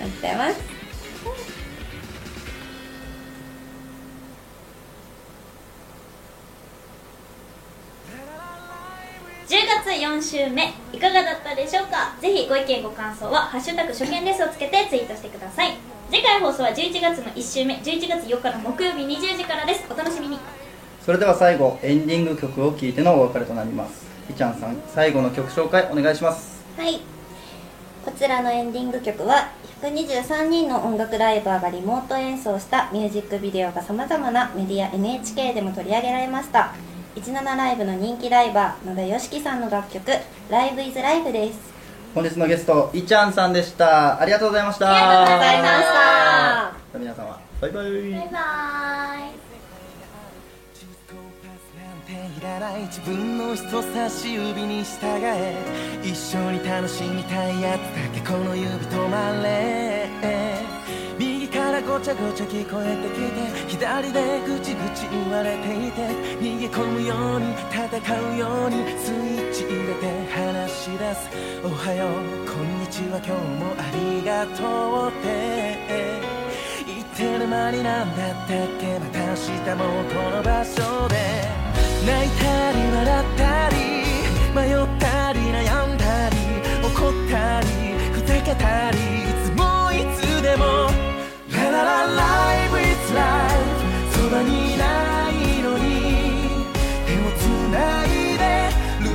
E: なってます
A: 10月4週目いかがだったでしょうかぜひご意見ご感想は「ハッシュタグ初見です」をつけてツイートしてください次回放送は11月の1週目11月4日の木曜日20時からですお楽しみに
B: それでは最後エンディング曲を聴いてのお別れとなりますいちゃんさん最後の曲紹介お願いします
E: はいこちらのエンディング曲は123人の音楽ライバーがリモート演奏したミュージックビデオがさまざまなメディア NHK でも取り上げられました17ライブの人気ライバー野田佳樹さんの楽曲「ライブイズライブです
B: 本日のゲストいちゃんさんでしたありがとうございました
A: ありがとうございまし
E: あー
B: 皆様バイバイ
A: バイバーイ
F: 10個パスなんていらない自分の人差し指に従え一緒に楽しみたいやつだけこの指止まれ右からごちゃごちゃ聞こえてきて左でぐちぐち言われていて逃げ込むように戦うようにスイッチ入れて話し出すおはようこんにちは今日もありがとうって言ってる間になんだったっけまた明日もこの場所で泣いたり笑ったり迷ったり悩んだり怒ったりふざけたりいつもいつでもラララライブ is life そばにいないのに手をつないで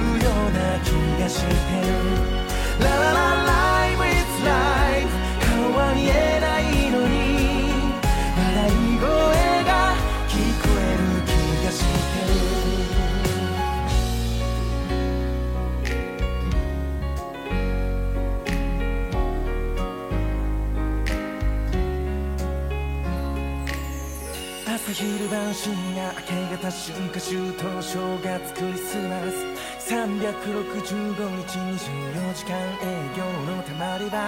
F: 深夜明け方春夏秋冬正月クリスマス365日24時間営業のたまり場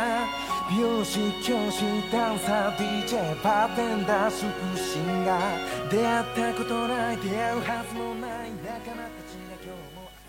F: 美容師教師ダンサー DJ バーテンダースクシンガー出会ったことない出会うはずもない仲間たちが今日も